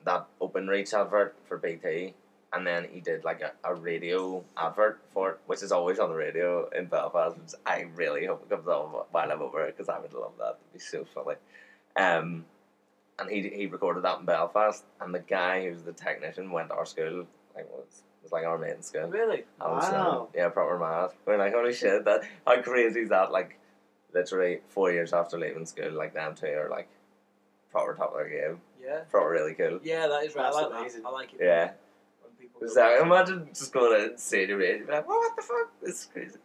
Speaker 4: that open reach advert for BT, and then he did like a, a radio advert for it, which is always on the radio in Belfast. Which I really hope it comes on while I'm over because I would love that. It'd be so funny. Um, and he he recorded that in Belfast, and the guy who was the technician went to our school. Like was was like our main school.
Speaker 5: Really?
Speaker 4: I was, um,
Speaker 2: Wow.
Speaker 4: yeah, proper mad. We're like, holy shit, that how crazy is that? Like, literally four years after leaving school, like them two are like proper top of their game,
Speaker 5: Yeah.
Speaker 4: proper really cool.
Speaker 5: Yeah, that is right.
Speaker 2: That's
Speaker 5: I like
Speaker 2: amazing.
Speaker 5: that. I like it.
Speaker 4: Yeah.
Speaker 5: When people
Speaker 4: So imagine just going out and seeing your mate, and be like, what the fuck? This is crazy.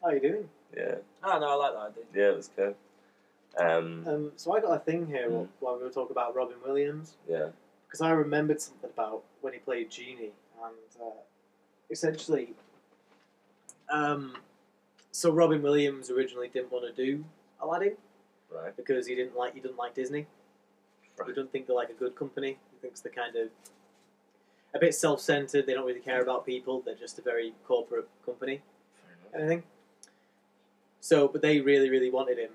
Speaker 2: How are you doing?
Speaker 4: Yeah,
Speaker 5: Ah, No, no, I like that idea.
Speaker 4: yeah, it was cool. Um,
Speaker 2: Um, so I got a thing here
Speaker 4: Mm.
Speaker 2: while we were talking about Robin Williams
Speaker 4: yeah,
Speaker 2: because I remembered something about when he played Genie and uh, essentially, um, so Robin Williams originally didn't want to do Aladdin
Speaker 4: right.
Speaker 2: because he didn't like he didn't like Disney. He
Speaker 4: Right.
Speaker 2: doesn't think they're like a good company. He thinks they're kind of a bit self-centered. They don't really care about people. They're just a very corporate company
Speaker 4: Fair
Speaker 2: kind of thing. So, but they really, really wanted him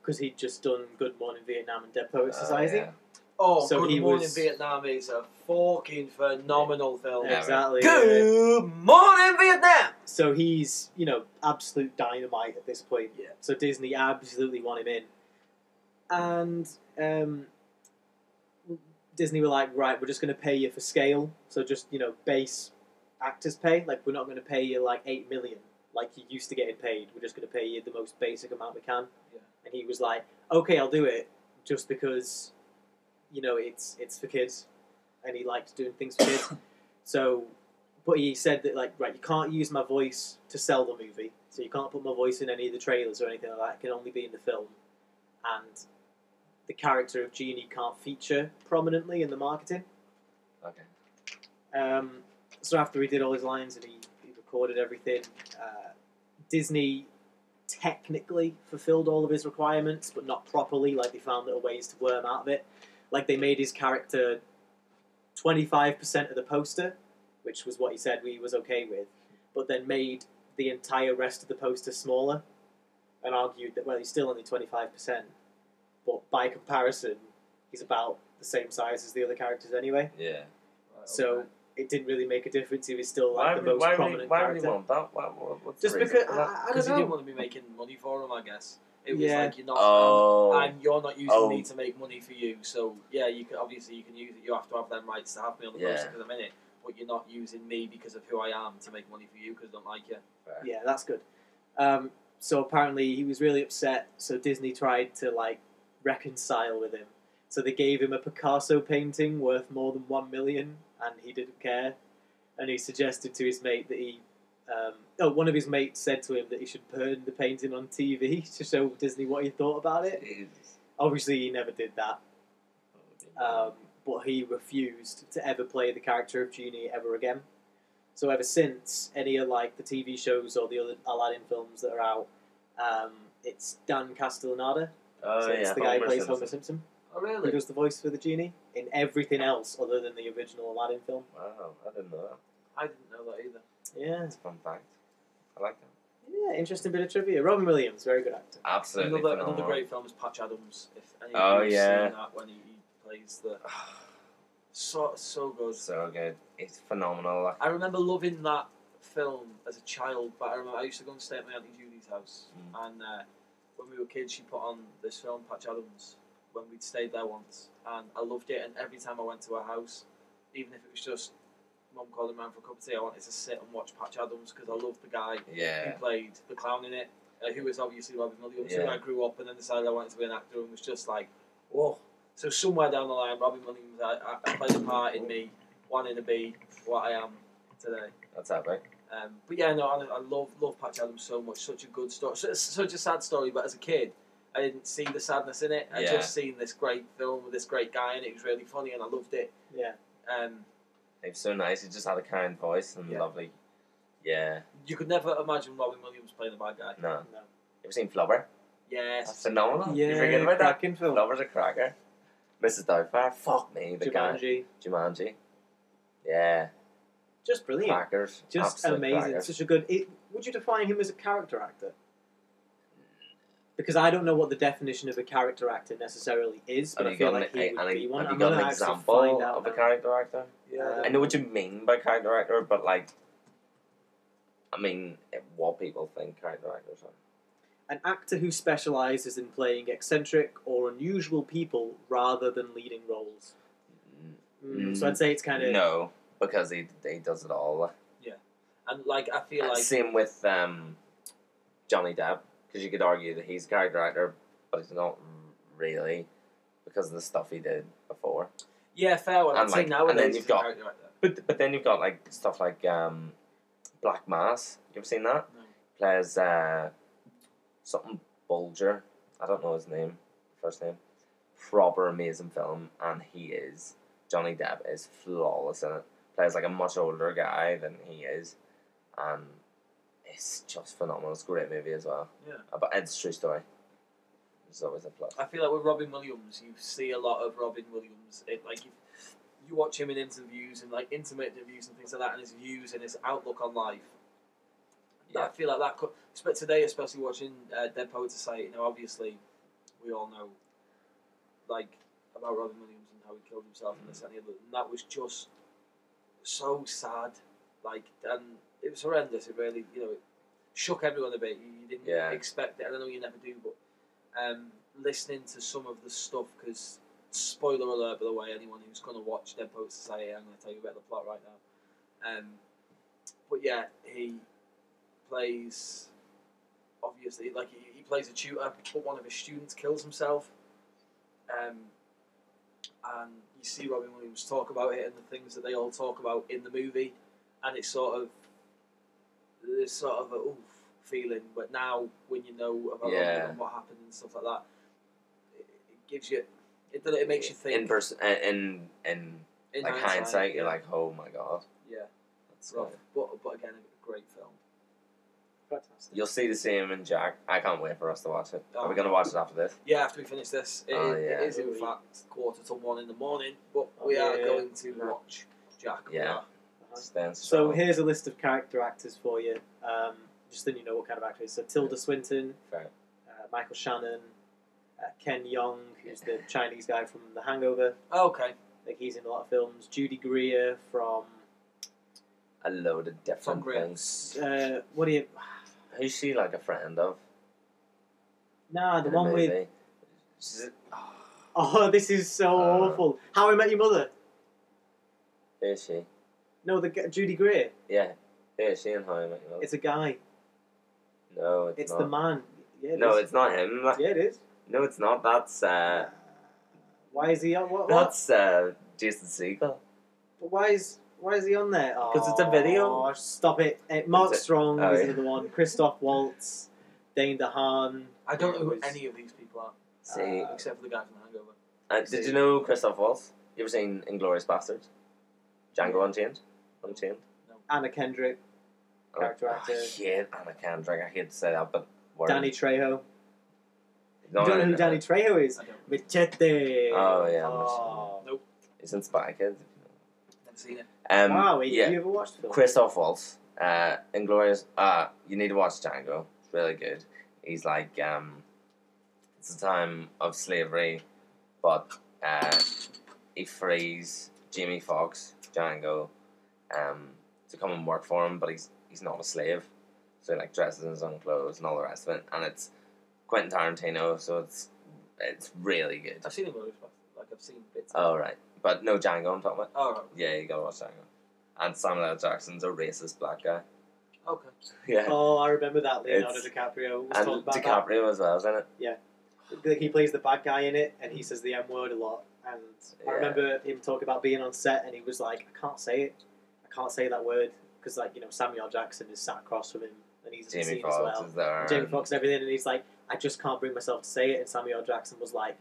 Speaker 2: because he'd just done Good Morning Vietnam and Dead Poets
Speaker 4: enough.
Speaker 2: Society.
Speaker 4: Uh,
Speaker 5: Oh,
Speaker 2: So
Speaker 5: Good
Speaker 2: he
Speaker 5: Morning
Speaker 2: was-
Speaker 5: Vietnam is a fucking phenomenal film.
Speaker 4: Yeah.
Speaker 2: Exactly.
Speaker 5: Good morning, Vietnam.
Speaker 2: So he's, you know, absolute dynamite at this point.
Speaker 5: Yeah.
Speaker 2: So Disney absolutely want him in. And um, Disney were like, right, we're just going to pay you for scale. So just, you know, base actors pay. Like, we're not going to pay you like 8 million like you used to getting paid. We're just going to pay you the most basic amount we can.
Speaker 5: Yeah.
Speaker 2: And he was like, okay, I'll do it just because, you know, it's it's for kids. And he liked doing things for kids. So, but he said that, like, right, you can't use my voice to sell the movie. So you can't put my voice in any of the trailers or anything like that. It can only be in the film. And the character of Genie can't feature prominently in the marketing. Um, so after he did all his lines and he, he recorded everything, uh, Disney technically fulfilled all of his requirements, but not properly. Like they found little ways to worm out of it. Like they made his character twenty five percent of the poster, which was what he said he was okay with, but then made the entire rest of the poster smaller, and argued that well he's still only twenty five percent, but by comparison, he's about the same size as the other characters anyway.
Speaker 4: Yeah.
Speaker 5: Right,
Speaker 2: So
Speaker 5: okay.
Speaker 2: it didn't really make a difference. He was still
Speaker 4: Why
Speaker 2: like the
Speaker 4: would,
Speaker 2: most
Speaker 4: why, would,
Speaker 2: prominent
Speaker 4: he- why would he
Speaker 2: character.
Speaker 4: want that? Why, what, what's
Speaker 2: Just
Speaker 4: the reason
Speaker 2: because
Speaker 4: for
Speaker 2: I,
Speaker 4: that?
Speaker 2: I- I
Speaker 5: because
Speaker 2: don't know.
Speaker 5: he didn't want to be making money for him, I guess. It was
Speaker 2: Yeah.
Speaker 5: like you're not, um,
Speaker 4: Oh.
Speaker 5: and, and you're not using
Speaker 4: Oh.
Speaker 5: me to make money for you. So yeah, you can obviously you can use it. You have to have them rights to have me on the
Speaker 4: Yeah.
Speaker 5: poster because I'm in it, but you're not using me because of who I am to make money for you because I don't like you.
Speaker 2: Yeah, that's good. Um, so apparently he was really upset. So Disney tried to like reconcile with him. So they gave him a Picasso painting worth more than one million, and he didn't care. And he suggested to his mate that he, um, oh, one of his mates said to him that he should burn the painting on TV to show Disney what he thought about it.
Speaker 4: Jesus.
Speaker 2: Obviously, he never did that. um, but he refused to ever play the character of genie ever again. So ever since any of like the TV shows or the other Aladdin films that are out, um, it's Dan Castellaneta.
Speaker 4: oh,
Speaker 2: so
Speaker 4: yeah.
Speaker 2: it's the guy who
Speaker 4: Homer
Speaker 2: plays
Speaker 4: Simpson.
Speaker 2: Homer Simpson.
Speaker 5: Oh
Speaker 2: Who
Speaker 5: really?
Speaker 2: does the voice for the genie in everything else other than the original Aladdin film?
Speaker 4: Wow, I didn't know that.
Speaker 5: I didn't know that either.
Speaker 2: Yeah,
Speaker 4: That's a fun fact. I like that.
Speaker 2: yeah, interesting bit of trivia. Robin Williams, very good actor.
Speaker 4: Absolutely.
Speaker 5: Another,
Speaker 4: phenomenal.
Speaker 5: another great film is Patch Adams. If any
Speaker 4: Oh,
Speaker 5: of you
Speaker 4: yeah.
Speaker 5: have seen that when he, he plays the so so good.
Speaker 4: so good. It's phenomenal. Like,
Speaker 5: I remember loving that film as a child, but I remember I used to go and stay at my auntie Judy's house, and uh, when we were kids, she put on this film Patch Adams when we'd stayed there once, and I loved it. And every time I went to her house, even if it was just mum calling round for a cup of tea, I wanted to sit and watch Patch Adams because I loved the guy
Speaker 4: yeah.
Speaker 5: who played the clown in it, uh, who was obviously Robin Williams, who
Speaker 4: Yeah.
Speaker 5: I grew up and then decided I wanted to be an actor and was just like, whoa. So somewhere down the line, Robin Williams I, I played a part in me wanting to be what I am today.
Speaker 4: That's epic.
Speaker 5: Um, but yeah, no, I, I love love Patch Adams so much. Such a good story. Su- such a sad story, but as a kid, I didn't see the sadness in it. I
Speaker 4: Yeah.
Speaker 5: just seen this great film with this great guy, and it was really funny, and I loved it.
Speaker 2: Yeah,
Speaker 5: Um,
Speaker 4: He was so nice. He just had a kind voice and
Speaker 5: Yeah.
Speaker 4: lovely. Yeah.
Speaker 5: you could never imagine Robin Williams playing a bad guy.
Speaker 4: No. You
Speaker 2: no.
Speaker 4: ever seen Flubber? That's
Speaker 5: Yes,
Speaker 4: phenomenal.
Speaker 2: yeah,
Speaker 4: you forget about that?
Speaker 2: cracking film.
Speaker 4: Flubber's a cracker. Mrs. Doubtfire. Fuck me. The guy.
Speaker 2: Jumanji,
Speaker 4: Jumanji. Yeah.
Speaker 2: just brilliant,
Speaker 4: Crackers.
Speaker 2: just
Speaker 4: Absolute
Speaker 2: amazing.
Speaker 4: Crackers.
Speaker 2: Such a good. It, would you define him as a character actor? Because I don't know what the definition of a character actor necessarily is, but
Speaker 4: Have
Speaker 2: I
Speaker 4: you
Speaker 2: feel
Speaker 4: got
Speaker 2: like
Speaker 4: an,
Speaker 2: he
Speaker 4: a-
Speaker 2: would
Speaker 4: an-
Speaker 2: be one.
Speaker 4: have you
Speaker 2: I'm
Speaker 4: got
Speaker 2: gonna
Speaker 4: an
Speaker 2: actually
Speaker 4: example
Speaker 2: find out
Speaker 4: of a
Speaker 2: now.
Speaker 4: character actor?
Speaker 2: Yeah.
Speaker 4: I know what you mean by character actor, but like, I mean, what people think character actors are.
Speaker 2: An actor who specializes in playing eccentric or unusual people rather than leading roles. Mm, So I'd say it's kind of
Speaker 4: No, because he he does it all.
Speaker 5: and like I feel like
Speaker 4: Same with um, Johnny Depp, because you could argue that he's a character actor, but he's not really because of the stuff he did before.
Speaker 5: Yeah, fair one.
Speaker 4: And,
Speaker 5: I'd say
Speaker 4: like-
Speaker 5: nowadays
Speaker 4: and then
Speaker 5: it's
Speaker 4: you've
Speaker 5: a
Speaker 4: got-
Speaker 5: character like that.
Speaker 4: But but then you've got like stuff like um, Black Mass. You ever seen that?
Speaker 5: No.
Speaker 4: Plays uh, something Bulger. I don't know his name, first name. Proper amazing film, and he is Johnny Depp is flawless in it. Plays like a much older guy than he is, and it's just phenomenal. It's a great movie as well.
Speaker 5: Yeah.
Speaker 4: Uh, But it's a true story. It's always a plus.
Speaker 5: I feel like with Robin Williams, you see a lot of Robin Williams. It like you, you watch him in interviews and like intimate interviews and things like that, and his views and his outlook on life.
Speaker 4: Yeah.
Speaker 5: I feel like that. Could, but today, especially watching uh, Dead Poet Society, now obviously we all know like about Robin Williams and how he killed himself and this and the other, and that was just so sad. Like, and it was horrendous. It really, you know, it shook everyone a bit. You, you didn't
Speaker 4: Yeah.
Speaker 5: expect it. and I know you never do, but um, listening to some of the stuff because spoiler alert by the way anyone who's going to watch Dead Poets Society I'm going to tell you about the plot right now um, but yeah he plays obviously like he, he plays a tutor but one of his students kills himself um, and you see Robin Williams talk about it and the things that they all talk about in the movie and it's sort of there's sort of a oof feeling but now when you know about Robin
Speaker 4: Yeah.
Speaker 5: and what happened and stuff like that it, it gives you it, it makes you think
Speaker 4: In person, in in
Speaker 5: In
Speaker 4: like hindsight, you're like, oh my god.
Speaker 5: yeah,
Speaker 4: That's
Speaker 5: it's rough.
Speaker 4: good.
Speaker 5: But but again, a great film.
Speaker 2: Fantastic.
Speaker 4: You'll see the same in Jack. I can't wait for us to watch it.
Speaker 2: Oh.
Speaker 4: Are we going to watch it after this?
Speaker 5: Yeah, after we finish this, it,
Speaker 4: Oh,
Speaker 5: is-
Speaker 4: yeah.
Speaker 5: it is in fact quarter to one in the morning, but
Speaker 2: Oh,
Speaker 5: we are
Speaker 2: yeah.
Speaker 5: going to watch Jack.
Speaker 4: Yeah.
Speaker 2: Uh-huh.
Speaker 4: Stand
Speaker 2: So
Speaker 4: strong.
Speaker 2: here's a list of character actors for you. Um, just then you know what kind of actor it is. So Tilda Swinton,
Speaker 4: Fair.
Speaker 2: uh, Michael Shannon, uh, Ken Young, who's the Chinese guy from The Hangover.
Speaker 5: Okay.
Speaker 2: Like he's in a lot of films. Judy Greer from
Speaker 4: A load of different
Speaker 5: Greer.
Speaker 4: things.
Speaker 2: uh, what do you?
Speaker 4: Who's she like a friend of?
Speaker 2: Nah, the
Speaker 4: in a
Speaker 2: one with
Speaker 4: movie? She's-
Speaker 2: oh, this is so
Speaker 4: Uh.
Speaker 2: awful. How I Met Your Mother.
Speaker 4: Who is she?
Speaker 2: No, the g- Judy Greer.
Speaker 4: Yeah. Who is she in How I Met Your Mother?
Speaker 2: It's a guy.
Speaker 4: No, it's,
Speaker 2: It's
Speaker 4: not.
Speaker 2: the man. Yeah, it
Speaker 4: no,
Speaker 2: is.
Speaker 4: it's not him.
Speaker 2: yeah, it is.
Speaker 4: No, it's not. That's uh,
Speaker 2: Why is he on? What? what?
Speaker 4: that's uh, Jason Segel.
Speaker 2: But Why is why is he on there?
Speaker 4: 'Cause it's a video.
Speaker 2: Oh, stop it! Uh, Mark
Speaker 4: It's a-
Speaker 2: Strong
Speaker 4: oh,
Speaker 2: is
Speaker 4: yeah.
Speaker 2: another one. Christoph Waltz, Dane DeHaan.
Speaker 5: I don't know who
Speaker 2: Anyways.
Speaker 5: any of these people are,
Speaker 4: See,
Speaker 2: Uh,
Speaker 5: except for the guy from The Hangover.
Speaker 4: uh, did you know Christoph Waltz? You ever seen Inglorious Bastards? Django Unchained. Unchained.
Speaker 2: Anna Kendrick, Character
Speaker 4: oh,
Speaker 2: actor.
Speaker 4: I hate Anna Kendrick. I hate to say that, but word.
Speaker 2: Danny Trejo.
Speaker 4: No,
Speaker 2: you don't know
Speaker 4: I
Speaker 2: who Danny Trejo is?
Speaker 5: I don't.
Speaker 2: Machete.
Speaker 4: Oh, yeah,
Speaker 2: Oh.
Speaker 4: He's in Spy Kids.
Speaker 5: Never seen it.
Speaker 4: Um,
Speaker 2: wow. Wait,
Speaker 4: yeah.
Speaker 2: Have you ever watched film?
Speaker 4: Christoph Waltz, uh, Inglorious. Uh, you need to watch Django. It's really good. He's like, um, it's a time of slavery, but uh, he frees Jimmy Fox, Django, um, to come and work for him, but he's he's not a slave, so he like dresses in his own clothes and all the rest of it, and it's Quentin Tarantino, so it's it's really good.
Speaker 5: I've seen him before. Like I've seen bits.
Speaker 4: All right, but no Django. I'm talking about.
Speaker 5: oh, right.
Speaker 4: Yeah, you gotta watch Django. And Samuel L. Jackson's a racist black guy.
Speaker 5: okay.
Speaker 4: Yeah.
Speaker 2: Oh, I remember that Leonardo
Speaker 4: It's-
Speaker 2: DiCaprio was talking
Speaker 4: And
Speaker 2: about that.
Speaker 4: DiCaprio as well, isn't it?
Speaker 2: like he plays the bad guy in it and he says the M word a lot. And
Speaker 4: Yeah.
Speaker 2: I remember him talking about being on set and he was like, I can't say it. I can't say that word because, like, you know, Samuel Jackson is sat across from him and he's in the
Speaker 4: Jamie
Speaker 2: scene
Speaker 4: Foxx
Speaker 2: as well.
Speaker 4: is there.
Speaker 2: And Jamie
Speaker 4: and-
Speaker 2: Foxx and everything. And he's like, I just can't bring myself to say it. And Samuel Jackson was like,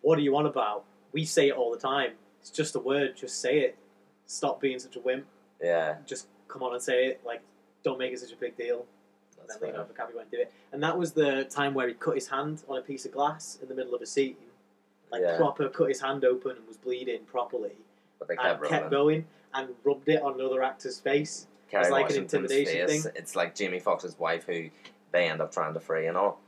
Speaker 2: What are you on about? We say it all the time. It's just a word. Just say it. Stop being such a wimp.
Speaker 4: Yeah,
Speaker 2: Just come on and say it. Like, don't make it such a big deal.
Speaker 4: that's
Speaker 2: then
Speaker 4: fair.
Speaker 2: Leonardo DiCaprio went and did it. And that was the time where he cut his hand on a piece of glass in the middle of a scene. Like
Speaker 4: Yeah.
Speaker 2: proper cut his hand open and was bleeding properly.
Speaker 4: But they
Speaker 2: and
Speaker 4: kept,
Speaker 2: kept
Speaker 4: rolling.
Speaker 2: going and rubbed it on another actor's face.
Speaker 4: Kerry
Speaker 2: It's like an
Speaker 4: Washington's
Speaker 2: intimidation
Speaker 4: face. It's like Jamie Foxx's wife who they end up trying to free and all.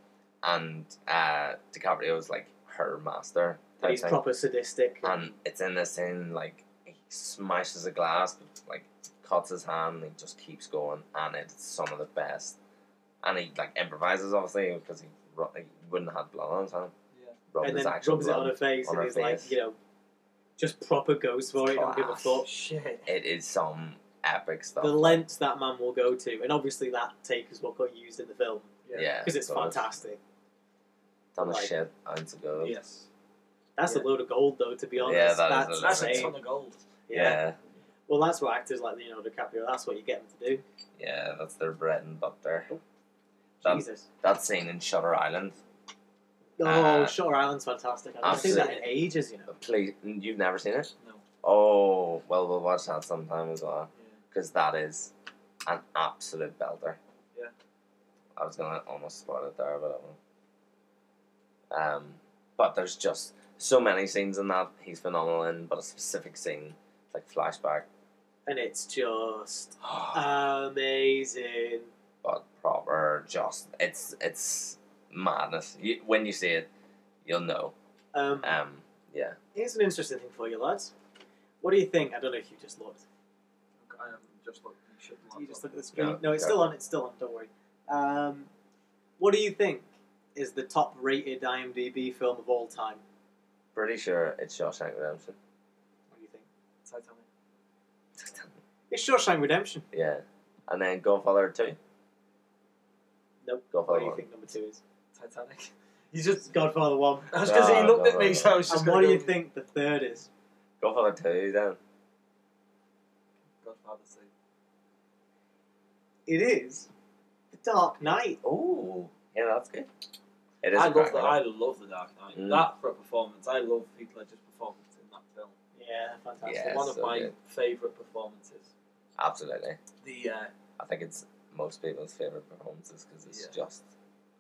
Speaker 4: And uh, DiCaprio's like her master
Speaker 2: And
Speaker 4: type
Speaker 2: he's
Speaker 4: thing.
Speaker 2: proper sadistic.
Speaker 4: and it's in this scene like he smashes a glass, like cuts his hand, and he just keeps going, and it's some of the best. And he like improvises obviously because he, ru- he wouldn't have had blood on his hand.
Speaker 5: Yeah.
Speaker 4: Rubbed
Speaker 2: and
Speaker 4: his
Speaker 2: then
Speaker 4: actual
Speaker 2: rubs it
Speaker 4: blood.
Speaker 2: on her face
Speaker 4: on
Speaker 2: and
Speaker 4: her
Speaker 2: he's like,
Speaker 4: face.
Speaker 2: you know, just proper goes for
Speaker 4: It's
Speaker 2: it, don't give a
Speaker 4: class.
Speaker 2: fuck.
Speaker 5: Shit.
Speaker 4: It is some epic stuff.
Speaker 2: The lengths that man will go to, and obviously that take is what got used in the film
Speaker 4: yeah,
Speaker 2: because it's
Speaker 4: so
Speaker 2: fantastic.
Speaker 4: Done a
Speaker 2: Like-
Speaker 4: shit ounce of gold.
Speaker 5: Yes.
Speaker 2: That's
Speaker 5: Yeah.
Speaker 2: a load of gold, though. To be honest,
Speaker 4: Yeah, that is a
Speaker 2: that's
Speaker 4: load of
Speaker 5: That's
Speaker 4: Same.
Speaker 5: a
Speaker 2: insane.
Speaker 5: ton of gold.
Speaker 4: Yeah,
Speaker 2: Well, that's what actors like Leonardo DiCaprio. That's what you get them to do.
Speaker 4: yeah, that's their bread and butter. That-
Speaker 2: Jesus.
Speaker 4: That scene in Shutter Island.
Speaker 2: Oh,
Speaker 4: Uh,
Speaker 2: Shutter Island's fantastic. I haven't seen that in ages, you know.
Speaker 4: Please, you've never seen it?
Speaker 5: No.
Speaker 4: Oh, well, we'll watch that sometime as well.
Speaker 5: Yeah.
Speaker 4: because that is an absolute belter.
Speaker 5: Yeah.
Speaker 4: I was gonna almost spot it there, but I won't. Um, but there's just so many scenes in that he's phenomenal in, but a specific scene like flashback,
Speaker 2: And it's just amazing.
Speaker 4: but proper just it's it's madness. You, when you see it, you'll know.
Speaker 2: Um,
Speaker 4: Um, yeah,
Speaker 2: here's an interesting thing for you, lads. What do you think? I don't know if you just looked.
Speaker 5: I am just like you should
Speaker 2: Do you just look at the screen?
Speaker 4: No,
Speaker 2: No, it's
Speaker 4: go.
Speaker 2: still on. It's still on. Don't worry. Um, what do you think is the top-rated IMDb film of all time?
Speaker 4: pretty sure it's Shawshank Redemption.
Speaker 2: What do you think?
Speaker 5: Titanic.
Speaker 2: It's Shawshank Redemption.
Speaker 4: yeah, and then Godfather Two.
Speaker 2: Nope. What
Speaker 4: Godfather
Speaker 2: do
Speaker 5: Oh.
Speaker 2: you
Speaker 4: One.
Speaker 2: think number two is?
Speaker 5: Titanic. You just.
Speaker 2: Godfather One.
Speaker 5: I was gonna say he
Speaker 4: No,
Speaker 5: looked at me,
Speaker 4: no,
Speaker 5: so I was just.
Speaker 2: And
Speaker 5: gonna
Speaker 2: what do
Speaker 5: go
Speaker 2: you
Speaker 5: with
Speaker 2: think the third is?
Speaker 4: Godfather Two. Then
Speaker 5: Godfather Two.
Speaker 2: It is The Dark Knight.
Speaker 4: oh, yeah, that's good. It is.
Speaker 5: I
Speaker 4: a
Speaker 5: love
Speaker 4: cracker.
Speaker 5: that. I love the Dark Knight.
Speaker 4: Mm.
Speaker 5: That for a performance. I love Heath Ledger's performance in that film.
Speaker 2: Yeah. Yeah, fantastic.
Speaker 4: Yeah,
Speaker 5: one of
Speaker 4: so
Speaker 5: my
Speaker 4: good.
Speaker 5: favourite performances.
Speaker 4: Absolutely.
Speaker 5: The uh,
Speaker 4: I think it's most people's favourite performances because it's
Speaker 5: Yeah.
Speaker 4: just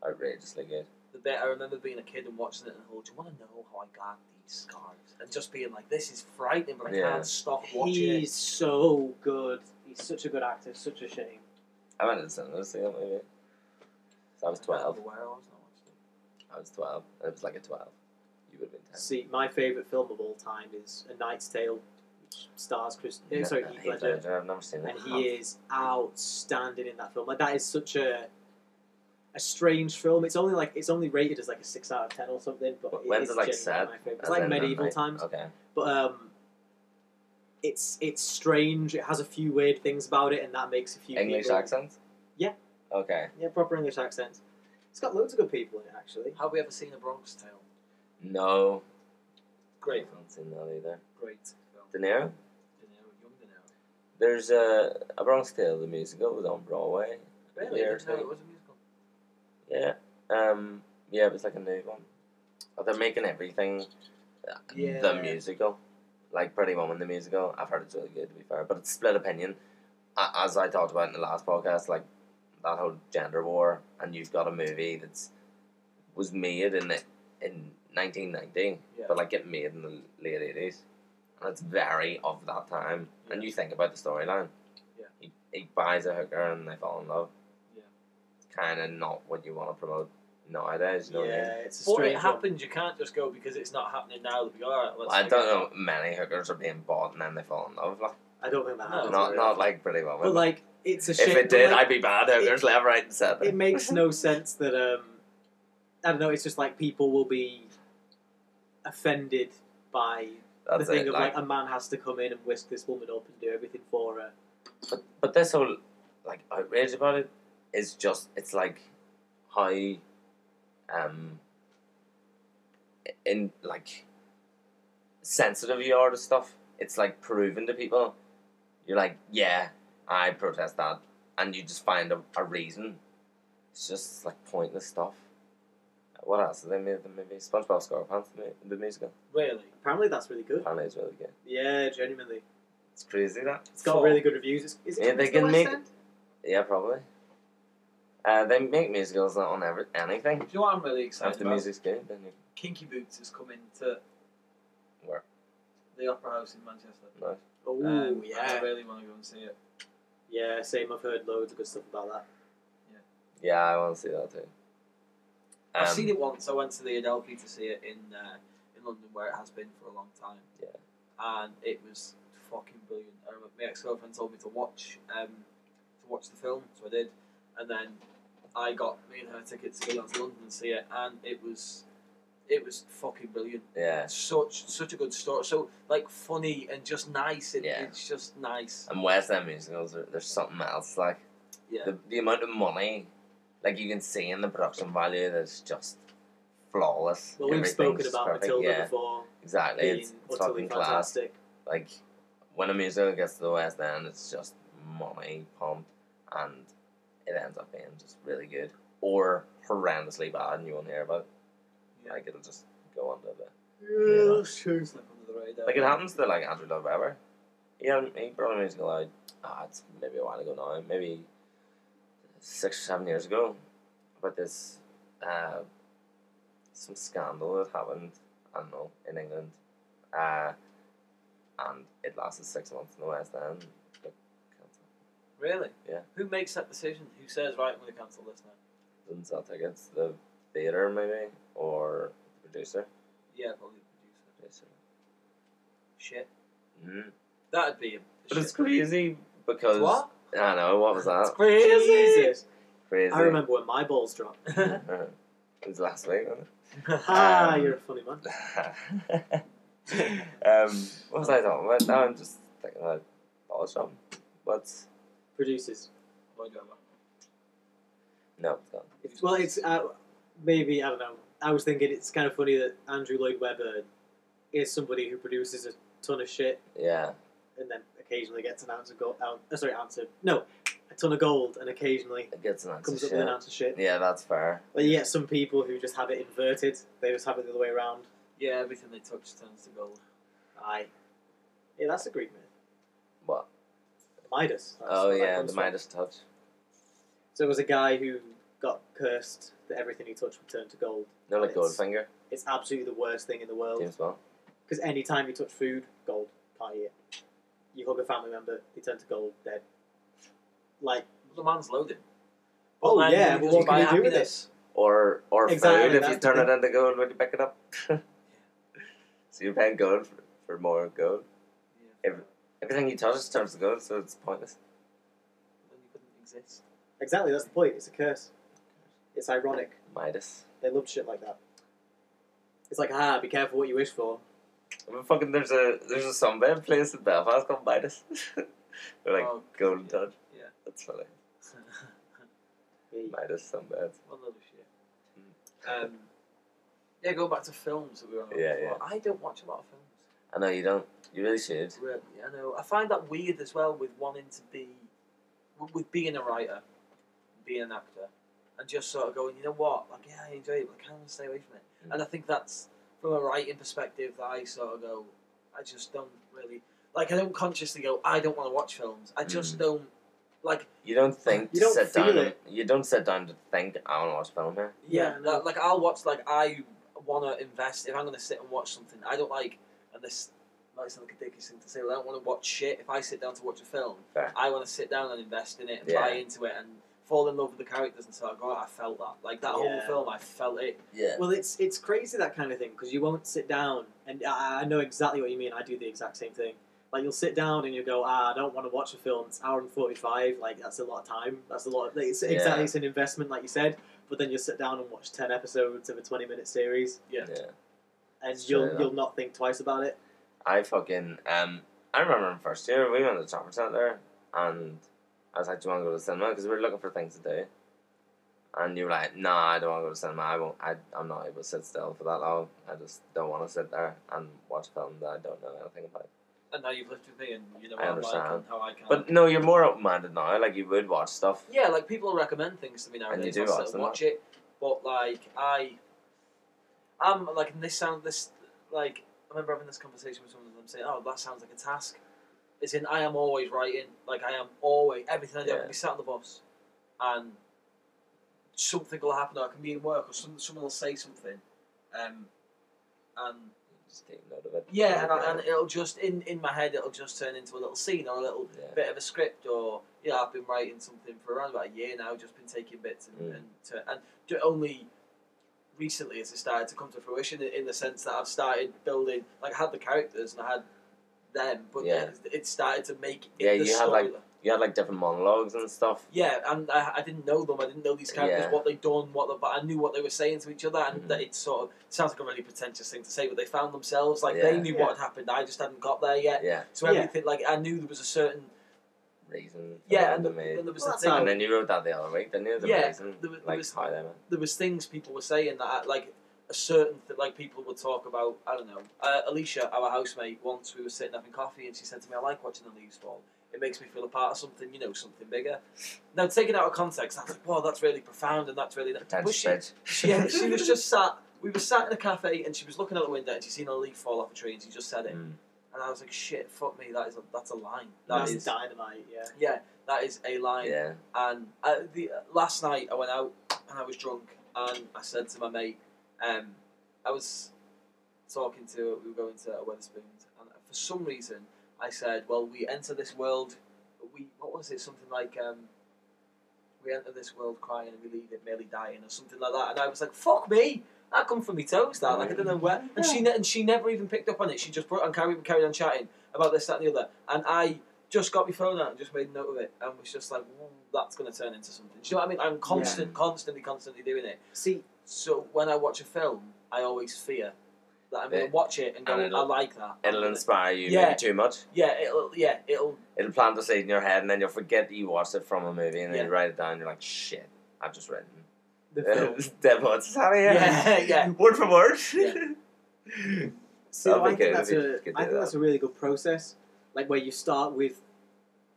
Speaker 4: outrageously good.
Speaker 5: the bit I remember being a kid and watching it and oh, do you want to know how I got these scars? And just being like, this is frightening, but I
Speaker 4: Yeah.
Speaker 5: can't stop watching
Speaker 2: He's
Speaker 5: it.
Speaker 2: so good. He's such a good actor. Such a shame.
Speaker 4: I went to the cinema to see that movie. So I was 12.
Speaker 5: I don't know where I was when I watched it.
Speaker 4: I was 12. And it was like a 12. You would have been 10.
Speaker 2: See, my favourite film of all time is A Knight's Tale, which stars Chris. eh, sorry,
Speaker 4: No,
Speaker 2: Heath
Speaker 4: Heath
Speaker 2: Ledger,
Speaker 4: Ledger, I've never seen it.
Speaker 2: and he is outstanding in that film. Like that is such a a strange film. It's only like it's only rated as like a six out of ten or something. But
Speaker 4: Wh- when's
Speaker 2: is
Speaker 4: it, like,
Speaker 2: genuinely
Speaker 4: set?
Speaker 2: My favorite. It's
Speaker 4: As
Speaker 2: like
Speaker 4: in uh, the
Speaker 2: medieval
Speaker 4: night-
Speaker 2: times,
Speaker 4: Okay.
Speaker 2: but um. It's it's strange. It has a few weird things about it, and that makes a few
Speaker 4: English
Speaker 2: people,
Speaker 4: accents?
Speaker 2: Yeah.
Speaker 4: Okay.
Speaker 2: Yeah, proper English accent. It's got loads of good people in it, actually.
Speaker 5: Have we ever seen A Bronx Tale?
Speaker 4: No.
Speaker 5: Great,
Speaker 4: I haven't seen that either.
Speaker 5: great film.
Speaker 4: De Niro?
Speaker 5: De Niro, young De Niro.
Speaker 4: There's a, a Bronx Tale, the musical, was on Broadway. a
Speaker 5: Really? I
Speaker 4: year or
Speaker 5: didn't know
Speaker 4: two.
Speaker 5: it was a musical.
Speaker 4: Yeah. Um. Yeah, it was like a new one. Oh, they're making everything uh, the
Speaker 2: Yeah.
Speaker 4: musical, like Pretty Woman the musical. I've heard it's really good to be fair, but it's split opinion. A- As I talked about in the last podcast, like that whole gender war, and you've got a movie that's was made in the, in nineteen ninety,
Speaker 5: Yeah.
Speaker 4: but like it made in the late eighties, and it's very of that time. And you think about the storyline.
Speaker 5: Yeah.
Speaker 4: He, he buys a hooker and they fall in love.
Speaker 5: Yeah.
Speaker 4: It's kind of not what you want to promote nowadays. You know what I mean?
Speaker 2: yeah, it's a
Speaker 5: Before it
Speaker 2: strange one.
Speaker 5: happened, you can't just go because it's not happening now. That we all right, let's
Speaker 4: I
Speaker 5: do
Speaker 4: don't
Speaker 5: it."
Speaker 4: know many hookers are being bought and then they fall in love. Like,
Speaker 2: I don't think that
Speaker 5: No,
Speaker 2: happened.
Speaker 4: not not like pretty women.
Speaker 2: But like, it's a
Speaker 4: if
Speaker 2: shame.
Speaker 4: it did,
Speaker 2: but, like,
Speaker 4: I'd be bad hookers left, right, and centre.
Speaker 2: it makes no sense that um, I don't know. It's just like people will be offended by the
Speaker 4: That's
Speaker 2: thing
Speaker 4: it.
Speaker 2: of
Speaker 4: Like,
Speaker 2: like a man has to come in and whisk this woman up and do everything for her.
Speaker 4: but, but this whole like outrage about it is just it's like how um in like sensitive you are to stuff. It's like proven to people. You're like, yeah, I protest that, and you just find a, a reason. It's just like pointless stuff. What else? Did they made the movie SpongeBob SquarePants the, mu- the musical.
Speaker 5: Really?
Speaker 2: Apparently, that's really good.
Speaker 4: Apparently, it's really good.
Speaker 2: Yeah, genuinely,
Speaker 4: It's crazy that.
Speaker 2: it's got
Speaker 5: Four.
Speaker 2: really good reviews. It's, is it
Speaker 4: Yeah,
Speaker 2: coming
Speaker 4: they
Speaker 2: to the
Speaker 4: can
Speaker 2: West
Speaker 4: make-
Speaker 2: End?
Speaker 4: Yeah, probably. Uh, they make musicals on every, anything.
Speaker 5: Do you know what I'm really excited
Speaker 4: After
Speaker 5: about?
Speaker 4: music's good, then you
Speaker 5: Kinky Boots is coming to
Speaker 4: Where?
Speaker 5: the Opera House in Manchester.
Speaker 4: nice.
Speaker 2: Oh
Speaker 5: Um, I
Speaker 2: yeah,
Speaker 5: really want to go and see it.
Speaker 2: yeah. Same. I've heard loads of good stuff about that.
Speaker 4: Yeah, I want to see that too. Um,
Speaker 5: I've seen it once. I went to the Adelphi to see it in uh, in London, where it has been for a long time.
Speaker 4: Yeah.
Speaker 5: And it was fucking brilliant. I remember my ex girlfriend told me to watch um, to watch the film, so I did, and then I got me and her tickets to go down to London and see it, and it was it was fucking brilliant.
Speaker 4: Yeah,
Speaker 5: Such such a good story. So like funny and just nice. It,
Speaker 4: Yeah.
Speaker 5: It's just nice.
Speaker 4: and West End musicals, there- there's something else. Like
Speaker 5: Yeah.
Speaker 4: the, the amount of money, like you can see in the production value, that's just flawless.
Speaker 2: Well, we've spoken
Speaker 4: Everything's
Speaker 2: about
Speaker 4: perfect.
Speaker 2: Matilda
Speaker 4: Yeah,
Speaker 2: before,
Speaker 4: exactly.
Speaker 2: being
Speaker 4: It's, it's
Speaker 2: utterly
Speaker 4: fucking class.
Speaker 2: fantastic.
Speaker 4: Like when a musical gets to the West End, it's just money pumped, and it ends up being just really good or horrendously bad, and you won't hear about. It.
Speaker 5: Yeah.
Speaker 4: Like it'll just go under the
Speaker 2: Yeah, that's true.
Speaker 5: Slip under the radar.
Speaker 4: Like it happens to like Andrew Love Webber. He had he brought a musical out. Ah, it's maybe a while ago now, maybe six or seven years ago. About this, uh, some scandal that happened. I don't know in England, uh, and it lasted six months in the West End. But cancelled.
Speaker 5: Really?
Speaker 4: Yeah.
Speaker 5: Who makes that decision? Who says right? I'm going to cancel this now.
Speaker 4: Didn't sell tickets. to The theater maybe or the producer.
Speaker 5: Yeah, probably the producer.
Speaker 4: producer.
Speaker 5: Shit.
Speaker 4: Mm.
Speaker 5: That'd be a
Speaker 4: But
Speaker 5: shit.
Speaker 4: it's crazy because
Speaker 5: What?
Speaker 4: I know what
Speaker 2: It's
Speaker 4: was that
Speaker 2: crazy.
Speaker 4: crazy.
Speaker 2: I remember when my balls dropped.
Speaker 4: it was last week, wasn't
Speaker 2: Ah,
Speaker 4: Um,
Speaker 2: you're a funny man.
Speaker 4: it? um, what was I talking about? Now I'm just thinking about ball shop. What's
Speaker 2: Producers.
Speaker 5: Lloyd Webber.
Speaker 4: no? It's gone.
Speaker 2: It's, well, it's uh, maybe I don't know. I was thinking it's kind of funny that Andrew Lloyd Webber is somebody who produces a ton of shit
Speaker 4: Yeah,
Speaker 2: and then occasionally gets an ounce of gold. Uh, sorry, ounce of no, a ton of gold, and occasionally
Speaker 4: it gets an answer.
Speaker 2: comes up with an
Speaker 4: shit.
Speaker 2: ounce of shit.
Speaker 4: Yeah, that's fair.
Speaker 2: But you get some people who just have it inverted. They just have it the other way around.
Speaker 5: Yeah, everything they touch turns to gold.
Speaker 2: Aye. Yeah, that's a Greek myth.
Speaker 4: What?
Speaker 2: Midas. That's
Speaker 4: oh
Speaker 2: where that
Speaker 4: yeah,
Speaker 2: comes
Speaker 4: the
Speaker 2: from.
Speaker 4: Midas touch.
Speaker 2: So it was a guy who got cursed that everything he touched would turn to gold.
Speaker 4: No, like
Speaker 2: It's-
Speaker 4: Goldfinger,
Speaker 2: It's absolutely the worst thing in the world
Speaker 4: James Bond.
Speaker 2: because any time you touch food, gold, can't eat it. You hug a family member, they turn to gold, dead. Like,
Speaker 5: The man's loaded.
Speaker 2: Oh,
Speaker 5: But then
Speaker 2: yeah,
Speaker 5: he
Speaker 2: but
Speaker 5: doesn't
Speaker 2: what can
Speaker 5: buy
Speaker 2: you do with
Speaker 5: happiness.
Speaker 4: Or or
Speaker 2: Exactly,
Speaker 4: food if
Speaker 2: that's
Speaker 4: you
Speaker 2: the
Speaker 4: turn it
Speaker 2: thing.
Speaker 4: into gold when you pick it up. so you're paying gold for, for more gold.
Speaker 5: Yeah.
Speaker 4: Every- Everything you touch turns to gold, so it's pointless.
Speaker 5: Then you couldn't exist.
Speaker 2: exactly, that's the point. It's a curse. It's ironic.
Speaker 4: Midas.
Speaker 2: They love shit like that. It's like, ah, be careful what you wish for.
Speaker 4: I mean, fucking there's a there's a sunbed place in Belfast called Midas. They're like
Speaker 5: Oh,
Speaker 4: golden
Speaker 5: yeah.
Speaker 4: touch.
Speaker 5: Yeah.
Speaker 4: That's funny.
Speaker 2: Yeah, you-
Speaker 4: Midas sunbeds.
Speaker 5: What another shit. Um, yeah, go back to films that we were on.
Speaker 4: Hmm. Yeah,
Speaker 5: before. I don't watch a lot of films.
Speaker 4: I know you don't. You really should.
Speaker 5: Really, I know. I find that weird as well with wanting to be, with- with being a writer, being an actor, and just sort of going, you know what? Like, yeah, I enjoy it, but I can't stay away from it.
Speaker 4: Mm.
Speaker 5: And I think that's from a writing perspective that I sort of go, I just don't really like. I don't consciously go, I don't want to watch films. I just
Speaker 4: Mm.
Speaker 5: don't like.
Speaker 4: You don't think.
Speaker 2: You don't
Speaker 4: sit
Speaker 2: feel
Speaker 4: down.
Speaker 2: it.
Speaker 4: You don't sit down to think. I want to watch film here.
Speaker 5: Yeah,
Speaker 2: Yeah.
Speaker 5: that, like I'll watch. Like I want to invest. If I'm going to sit and watch something, I don't like. And this might sound like a dickish thing to say. But I don't want to watch shit. If I sit down to watch a film,
Speaker 4: Fair.
Speaker 5: I want to sit down and invest in it and
Speaker 4: Yeah.
Speaker 5: buy into it and fall in love with the characters and sort of go. I felt that. Like that whole
Speaker 2: Yeah.
Speaker 5: film, I felt it.
Speaker 4: Yeah.
Speaker 2: Well, it's it's crazy that kind of thing because you won't sit down, and I, I know exactly what you mean. I do the exact same thing. Like you'll sit down and you go, ah, I don't want to watch a film. It's hour and forty five. Like that's a lot of time. That's a lot. Of, like, it's,
Speaker 4: Yeah.
Speaker 2: Exactly, it's an investment, like you said. But then you'll sit down and watch ten episodes of a twenty minute series,
Speaker 5: Yeah.
Speaker 2: and
Speaker 4: Straight
Speaker 2: you'll
Speaker 4: up.
Speaker 2: you'll not think twice about it.
Speaker 4: I fucking um. I remember in first year we went to the shopping centre and I was like, "Do you want to go to the cinema?" Because we were looking for things to do. And you were like, "Nah, I don't want to go to the cinema. I won't. I, I'm not able to sit still for that long. I just don't want to sit there and watch a film that I don't know anything about."
Speaker 5: And now you've lifted me, and you know
Speaker 4: I
Speaker 5: what I'm like
Speaker 4: understand.
Speaker 5: and how I can.
Speaker 4: But no, you're more open minded now. Like you would watch stuff.
Speaker 5: Yeah, like people recommend things to me nowadays.
Speaker 4: you do
Speaker 5: I'll sit
Speaker 4: watch them,
Speaker 5: watch it, but like I, I'm like and this sound this like I remember having this conversation with someone and I'm saying, oh, that sounds like a task. It's in I am always writing. Like I am always everything I do. I
Speaker 4: Yeah.
Speaker 5: can be sat on the bus, and something will happen. Or I can be in work, or some, someone will say something, um, and
Speaker 4: Just take note of it.
Speaker 5: yeah, and, I, and it'll just in in my head it'll just turn into a little scene or a little
Speaker 4: Yeah.
Speaker 5: bit of a script or you know, I've been writing something for around about a year now, just been taking bits and
Speaker 4: Mm.
Speaker 5: and, to, and ju- only recently has it started to come to fruition in, in the sense that I've started building like I had the characters and I had them, but
Speaker 4: Yeah.
Speaker 5: then it started to make it
Speaker 4: Yeah,
Speaker 5: the
Speaker 4: you had,
Speaker 5: story.
Speaker 4: like- you had like different monologues and stuff.
Speaker 5: yeah, and I, I didn't know them. I didn't know these characters,
Speaker 4: Yeah.
Speaker 5: what they'd done, what they, but I knew what they were saying to each other, and
Speaker 4: Mhm.
Speaker 5: that it sort of it sounds like a really pretentious thing to say, but they found themselves like
Speaker 4: Yeah.
Speaker 5: they knew
Speaker 2: Yeah.
Speaker 5: what had happened. I just hadn't got there yet.
Speaker 4: Yeah,
Speaker 5: So
Speaker 2: Yeah.
Speaker 5: everything like I knew there was a certain
Speaker 4: reason. for
Speaker 5: yeah,
Speaker 4: them
Speaker 5: and,
Speaker 4: to
Speaker 5: the,
Speaker 4: make-
Speaker 5: and there was
Speaker 2: Well,
Speaker 5: the
Speaker 2: that's
Speaker 5: thing
Speaker 2: how
Speaker 4: And then you wrote that the other week, didn't you? The
Speaker 5: Yeah,
Speaker 4: reason,
Speaker 5: there was- there
Speaker 4: like
Speaker 5: was-
Speaker 4: how they went.
Speaker 5: there was things people were saying that like a certain th- like people would talk about I don't know uh, Alicia our housemate once we were sitting having coffee and she said to me I like watching the leaves fall it makes me feel a part of something you know something bigger now taken out of context I was like wow that's really profound and that's really but
Speaker 4: Pretentious
Speaker 5: she, she,
Speaker 4: bitch.
Speaker 5: yeah, she was just sat we were sat in a cafe and she was looking out the window and she seen a leaf fall off a tree and she just said it
Speaker 4: Mm.
Speaker 5: and I was like shit fuck me that is a, that's a line that
Speaker 2: That's
Speaker 5: is
Speaker 2: dynamite. Yeah.
Speaker 5: yeah that is a line
Speaker 4: Yeah.
Speaker 5: and uh, the last night I went out and I was drunk, and I said to my mate, um, I was talking to we were going to a Weatherspoons, and for some reason I said, "Well, we enter this world, we what was it? Something like um, we enter this world crying and we leave it merely dying, or something like that." And I was like, "Fuck me." That come from me toes, that like I don't know where, and she ne- and she never even picked up on it. She just brought and carried carried on chatting about this, that, and the other. And I just got my phone out and just made a note of it and was just like, "Ooh, that's going to turn into something. Do you know what I mean? I'm constant,
Speaker 4: Yeah.
Speaker 5: constantly, constantly doing it.
Speaker 2: See,
Speaker 5: So when I watch a film, I always fear that I'm going
Speaker 4: It-
Speaker 5: to watch it and go,
Speaker 4: and
Speaker 5: I
Speaker 4: it'll-
Speaker 5: like that.
Speaker 4: It'll inspire you
Speaker 5: Yeah.
Speaker 4: maybe too much.
Speaker 5: yeah, it'll, yeah, it'll,
Speaker 4: It'll plant the seed in your head, and then you'll forget that you watched it from a movie, and then you
Speaker 5: Yeah.
Speaker 4: write it down. And you're like, shit, I've just written.
Speaker 2: the film.
Speaker 4: Dead Poets Society.
Speaker 5: Yeah, yeah.
Speaker 4: Word for word.
Speaker 5: Yeah.
Speaker 2: So I
Speaker 4: That'd be
Speaker 2: think
Speaker 4: good
Speaker 2: that's
Speaker 4: if you
Speaker 2: a
Speaker 4: could do
Speaker 2: I think
Speaker 4: that.
Speaker 2: that's a really good process, like where you start with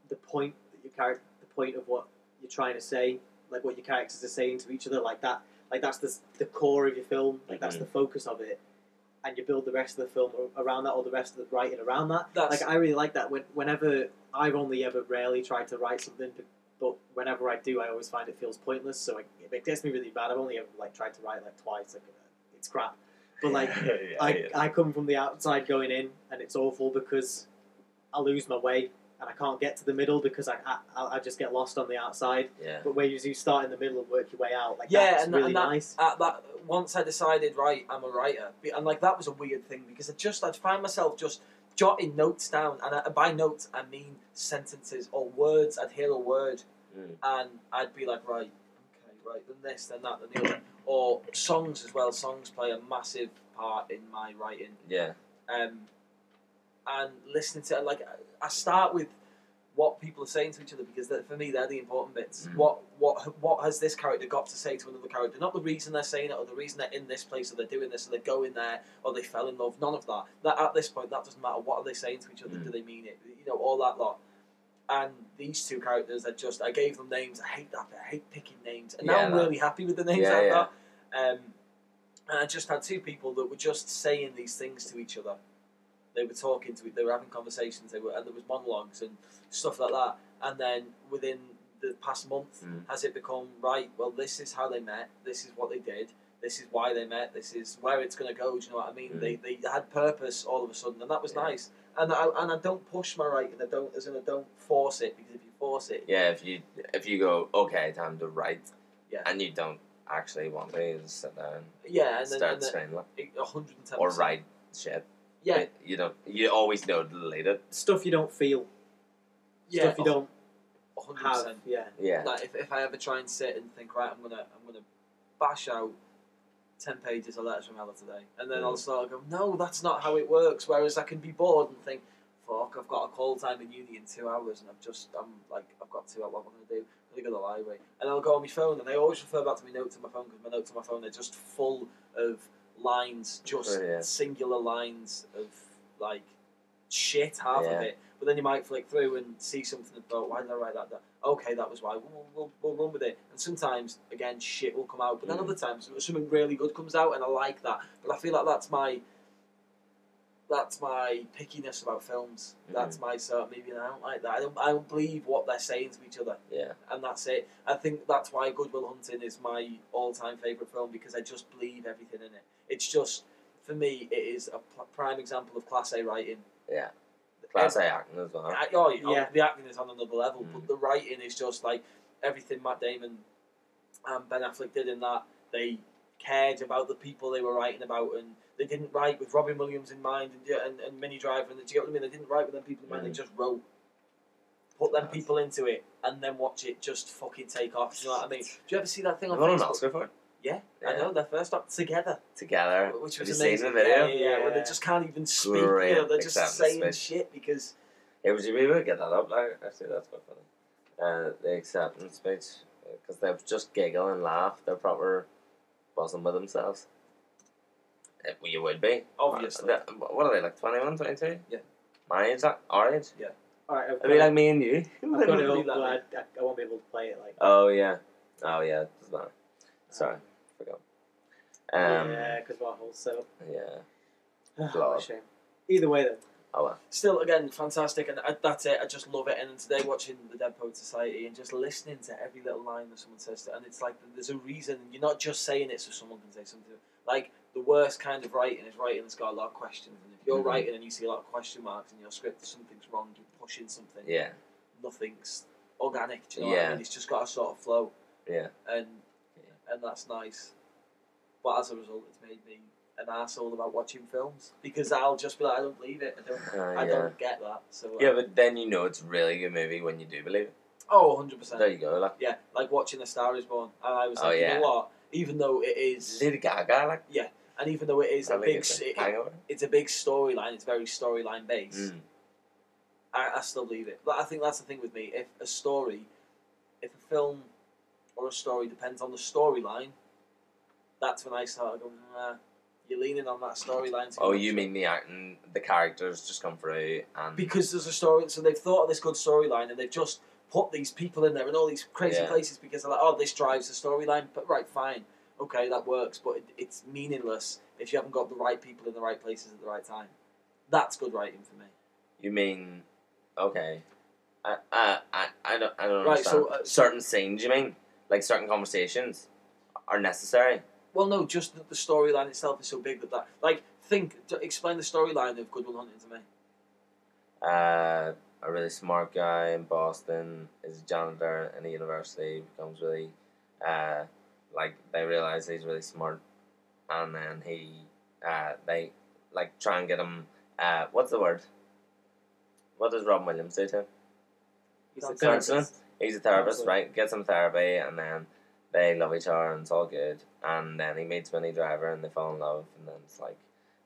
Speaker 2: the point that your character, the point of what you're trying to say, like what your characters are saying to each other, like that, like that's the s- the core of your film, like that's the focus of it, and you build the rest of the film a- around that or the rest of the writing around that.
Speaker 5: That's
Speaker 2: Like I really like that. When, whenever I've only ever rarely tried to write something, but, but whenever I do, I always find it feels pointless. So it, it gets me really bad. I've only ever like tried to write like twice. Like it's crap. But like
Speaker 4: Yeah,
Speaker 2: I,
Speaker 4: yeah.
Speaker 2: I come from the outside going in, and it's awful because I lose my way and I can't get to the middle because I I, I just get lost on the outside.
Speaker 4: yeah.
Speaker 2: But where you you start in the middle and work your way out, like
Speaker 5: Yeah,
Speaker 2: that's
Speaker 5: and-
Speaker 2: really
Speaker 5: and that-
Speaker 2: nice.
Speaker 5: at that Uh, once I decided right I'm a writer be- and like that was a weird thing because I just I'd find myself just jotting notes down and I, by notes I mean sentences or words I'd hear a word
Speaker 4: Mm.
Speaker 5: and I'd be like right okay right then this then that then the other or songs as well songs play a massive part in my writing
Speaker 4: Yeah.
Speaker 5: um, and listening to like I start with what people are saying to each other because that, for me they're the important bits.
Speaker 4: Mm.
Speaker 5: What what what has this character got to say to another character? Not the reason they're saying it or the reason they're in this place or they're doing this or they're going there or they fell in love. None of that. That at this point that doesn't matter. What are they saying to each other?
Speaker 4: Mm.
Speaker 5: Do they mean it? You know all that lot. And these two characters, I just I gave them names. I hate that. bit. I hate picking names, and now
Speaker 4: Yeah,
Speaker 5: I'm
Speaker 4: that-
Speaker 5: really happy with the names
Speaker 4: Yeah,
Speaker 5: I've
Speaker 4: yeah.
Speaker 5: got. Um, and I just had two people that were just saying these things to each other. They were talking to, e, they were having conversations. They were, and there was monologues and stuff like that. And then within the past month,
Speaker 4: Mm.
Speaker 5: has it become right? Well, this is how they met. This is what they did. This is why they met. This is where it's going to go. Do you know what I mean?
Speaker 4: Mm.
Speaker 5: They, they had purpose all of a sudden, and that was
Speaker 4: Yeah.
Speaker 5: nice. And I and I don't push my writing. I don't as in I don't force it because if you force it,
Speaker 4: Yeah, if you if you go, okay, time to write
Speaker 5: Yeah.
Speaker 4: and you don't actually want to, you just sit down
Speaker 5: yeah,
Speaker 4: and
Speaker 5: and then, and
Speaker 4: start
Speaker 5: then
Speaker 4: screaming
Speaker 5: a hundred and ten
Speaker 4: or write shit.
Speaker 5: Yeah,
Speaker 4: It- you don't you always know to delete it.
Speaker 2: Stuff you don't feel,
Speaker 5: yeah,
Speaker 2: stuff you don't
Speaker 5: a hundred
Speaker 2: have.
Speaker 5: percent.
Speaker 2: Yeah,
Speaker 4: Yeah.
Speaker 5: Like if, if I ever try and sit and think, right, I'm gonna I'm gonna bash out ten pages of letters from Ella today, and then
Speaker 4: Mm.
Speaker 5: I'll start go, no, that's not how it works. Whereas I can be bored and think, fuck, I've got a call time in uni in two hours, and I've just I'm like I've got two. hours, What am I gonna do? I'm gonna go to the library, and I'll go on my phone, and I always refer back to my notes on my phone because my notes on my phone they're just full of lines, just
Speaker 4: Oh, yeah.
Speaker 5: singular lines of like shit half
Speaker 4: Yeah.
Speaker 5: of it. But then you might flick through and see something and go, why did I write that? down? Okay, that was why. We'll, we'll, we'll run with it. And sometimes, again, shit will come out. But then
Speaker 4: Mm.
Speaker 5: other times, something really good comes out, and I like that. But I feel like that's my that's my pickiness about films.
Speaker 4: Mm.
Speaker 5: That's my sort. Of, maybe I don't like that. I don't. I don't believe what they're saying to each other,
Speaker 4: Yeah.
Speaker 5: and that's it. I think that's why Goodwill Hunting is my all-time favorite film because I just believe everything in it. It's just for me, it is a pl- prime example of class A writing.
Speaker 4: Yeah. Class A acting as well.
Speaker 5: I, oh, you know,
Speaker 2: Yeah.
Speaker 5: the acting is on another level,
Speaker 4: Mm.
Speaker 5: but the writing is just like everything Matt Damon and Ben Affleck did in that. They cared about the people they were writing about, and they didn't write with Robin Williams in mind and and, and Minnie Driver. And do you get what I mean? They didn't write with them people in mind. They
Speaker 4: Mm.
Speaker 5: just wrote. Put them
Speaker 4: That's-
Speaker 5: people into it and then watch it just fucking take off. Do you know what I mean? Do you ever see that thing
Speaker 4: You
Speaker 5: on
Speaker 4: won an
Speaker 5: Facebook?
Speaker 4: Oscar for it?
Speaker 5: Yeah, I know their first up together,
Speaker 4: Together.
Speaker 5: which was
Speaker 4: Have you seen
Speaker 5: amazing.
Speaker 4: the
Speaker 5: Yeah,
Speaker 4: video?
Speaker 5: yeah, yeah, where they
Speaker 2: Yeah.
Speaker 5: just can't even speak. you
Speaker 4: Great
Speaker 5: know, they're just
Speaker 4: example of
Speaker 5: saying
Speaker 4: speech.
Speaker 5: shit because
Speaker 4: Yeah, would you be able to get that up? Like, actually, that's quite funny. Uh, the acceptance speech, because they just giggle and laugh. They're proper buzzing with themselves. Uh, well, you would be.
Speaker 5: Obviously.
Speaker 4: Uh, the- What are they, like 21, 22?
Speaker 5: Yeah.
Speaker 4: My age, like, our age?
Speaker 2: all right. I've
Speaker 4: It'd
Speaker 2: got
Speaker 4: be
Speaker 2: it-
Speaker 4: like me and you.
Speaker 2: I've got it
Speaker 5: Literally
Speaker 2: up,
Speaker 5: that
Speaker 2: but I,
Speaker 5: way.
Speaker 2: I, I won't be able to play it. Like,
Speaker 4: oh, yeah. Oh, yeah. it Doesn't matter. Sorry. Forgot. Um,
Speaker 2: yeah, because what whole setup.
Speaker 4: yeah.
Speaker 2: what
Speaker 4: Blah.
Speaker 2: a shame. Either way, though,
Speaker 4: Oh, well.
Speaker 5: still again fantastic and I, that's it I just love it and today watching the Dead Poet Society and just listening to every little line that someone says to, and it's like there's a reason you're not just saying it so someone can say something like the worst kind of writing is writing that's got a lot of questions and if you're
Speaker 4: Mhm.
Speaker 5: writing and you see a lot of question marks in your script something's wrong you're pushing something
Speaker 4: Yeah.
Speaker 5: nothing's organic do you know what
Speaker 4: Yeah.
Speaker 5: I mean it's just got a sort of flow
Speaker 4: Yeah.
Speaker 5: and and that's nice but as a result it's made me an asshole about watching films because I'll just be like I don't believe it I don't
Speaker 4: Uh,
Speaker 5: I
Speaker 4: yeah.
Speaker 5: don't get that. So uh,
Speaker 4: Yeah, but then you know it's a really good movie when you do believe it.
Speaker 5: oh, 100
Speaker 4: There
Speaker 5: percent.
Speaker 4: you go. Like,
Speaker 5: Yeah, like watching A Star Is Born, and I was
Speaker 4: Oh,
Speaker 5: like,
Speaker 4: yeah.
Speaker 5: you know what? Even though it is,
Speaker 4: Lady Gaga, like,
Speaker 5: and even though it is
Speaker 4: I
Speaker 5: a
Speaker 4: think
Speaker 5: big,
Speaker 4: it's
Speaker 5: s-
Speaker 4: a
Speaker 5: it,
Speaker 4: hangover.
Speaker 5: it's a big storyline. It's very storyline based.
Speaker 4: Mm.
Speaker 5: I, I still believe it. But I think that's the thing with me. If a story, if a film or a story depends on the storyline, that's when I start going. Nah, you're leaning on that storyline. too
Speaker 4: Oh,
Speaker 5: much."
Speaker 4: you mean the acting, the characters just come through and
Speaker 5: because there's a story. So they've thought of this good storyline, and they've just put these people in there in all these crazy
Speaker 4: Yeah.
Speaker 5: places because they're like, oh, this drives the storyline. But right, fine, okay, that works, but it, it's meaningless if you haven't got the right people in the right places at the right time. That's good writing for me.
Speaker 4: You mean, okay. I, I, I, I don't, I don't
Speaker 5: Right,
Speaker 4: understand.
Speaker 5: so, uh,
Speaker 4: certain scenes, you mean? Like certain conversations are necessary.
Speaker 5: Well, no, just that the storyline itself is so big that that like think to explain the storyline of Goodwill Hunting to me.
Speaker 4: Uh, a really smart guy in Boston is a janitor in a university, becomes really, uh, like, they realize he's really smart. And then he, uh, they, like, try and get him, uh, what's the word? What does Rob Williams do to him?
Speaker 2: He's a
Speaker 4: That's
Speaker 2: therapist.
Speaker 4: He's a therapist,
Speaker 2: Counselor.
Speaker 4: right? Gets some therapy, and then they love each other, and it's all good. And then he meets Winnie Driver, and they fall in love, and then it's like,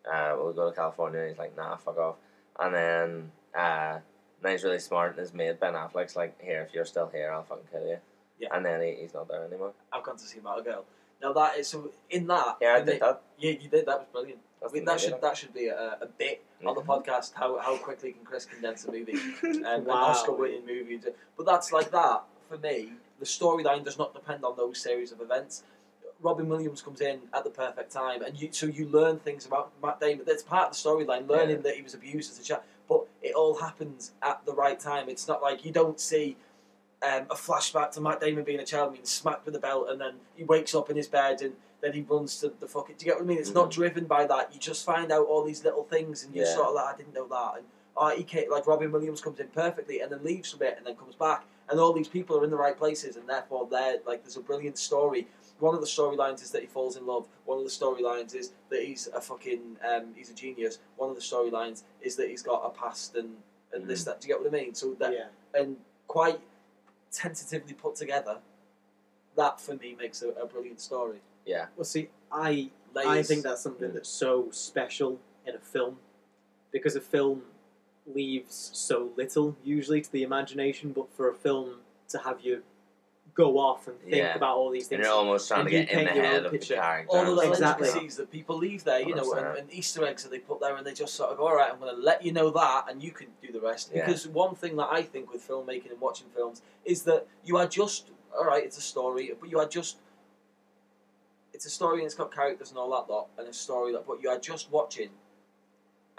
Speaker 4: uh, we'll go to California, and he's like, nah, fuck off. And then, uh, now he's really smart, and his mate Ben Affleck's like, here, if you're still here, I'll fucking kill you.
Speaker 5: Yeah.
Speaker 4: And then he, he's not there anymore.
Speaker 5: I've gone to see Metal Girl. Now that is so in that.
Speaker 4: Yeah, I
Speaker 5: in
Speaker 4: did
Speaker 5: it-
Speaker 4: that.
Speaker 5: Yeah, you did. That was brilliant.
Speaker 4: That's
Speaker 5: We-
Speaker 4: the
Speaker 5: that
Speaker 4: movie,
Speaker 5: should
Speaker 4: like.
Speaker 5: that should be a, a bit on the
Speaker 4: Mm-hmm.
Speaker 5: podcast. How how quickly can Chris condense a movie? um,
Speaker 2: Wow.
Speaker 5: an Oscar-winning movie. But that's like that for me. The storyline does not depend on those series of events. Robin Williams comes in at the perfect time, and you so you learn things about Matt Damon. That's part of the storyline, learning
Speaker 4: Yeah.
Speaker 5: that he was abused as a child. But it all happens at the right time. It's not like you don't see um, a flashback to Matt Damon being a child, being smacked with a belt, and then he wakes up in his bed and then he runs to the fucking. Do you get what I mean? It's not driven by that. You just find out all these little things, and you're
Speaker 4: Yeah.
Speaker 5: sort of like, I didn't know that. And oh, he came, like Robin Williams comes in perfectly, and then leaves for a bit, and then comes back, and all these people are in the right places, and therefore they're like, there's a brilliant story. One of the storylines is that he falls in love. One of the storylines is that he's a fucking um, he's a genius. One of the storylines is that he's got a past and and this that. Do you get what I mean? So that
Speaker 2: Mm. Yeah.
Speaker 5: and quite tentatively put together. That for me makes a, a brilliant story.
Speaker 2: Well, see, I I
Speaker 5: Layers.
Speaker 2: think that's something
Speaker 4: Mm.
Speaker 2: that's so special in a film because a film leaves so little usually to the imagination, but for a film to have you go off and think
Speaker 4: Yeah.
Speaker 2: about all these
Speaker 4: And
Speaker 2: things.
Speaker 4: you're almost trying
Speaker 2: And
Speaker 4: to
Speaker 2: you
Speaker 4: get in the
Speaker 2: paint your
Speaker 4: head
Speaker 2: own
Speaker 4: of the
Speaker 2: picture.
Speaker 4: character.
Speaker 5: all the little
Speaker 2: Exactly.
Speaker 5: intricacies that people leave there, you know, and,
Speaker 4: 100%.
Speaker 5: and Easter eggs that they put there, and they just sort of, all right, I'm going to let you know that, and you can do the rest.
Speaker 4: Yeah.
Speaker 5: Because one thing that I think with filmmaking and watching films is that you are just, all right, it's a story, but you are just, it's a story and it's got characters and all that lot, and a story that, but you are just watching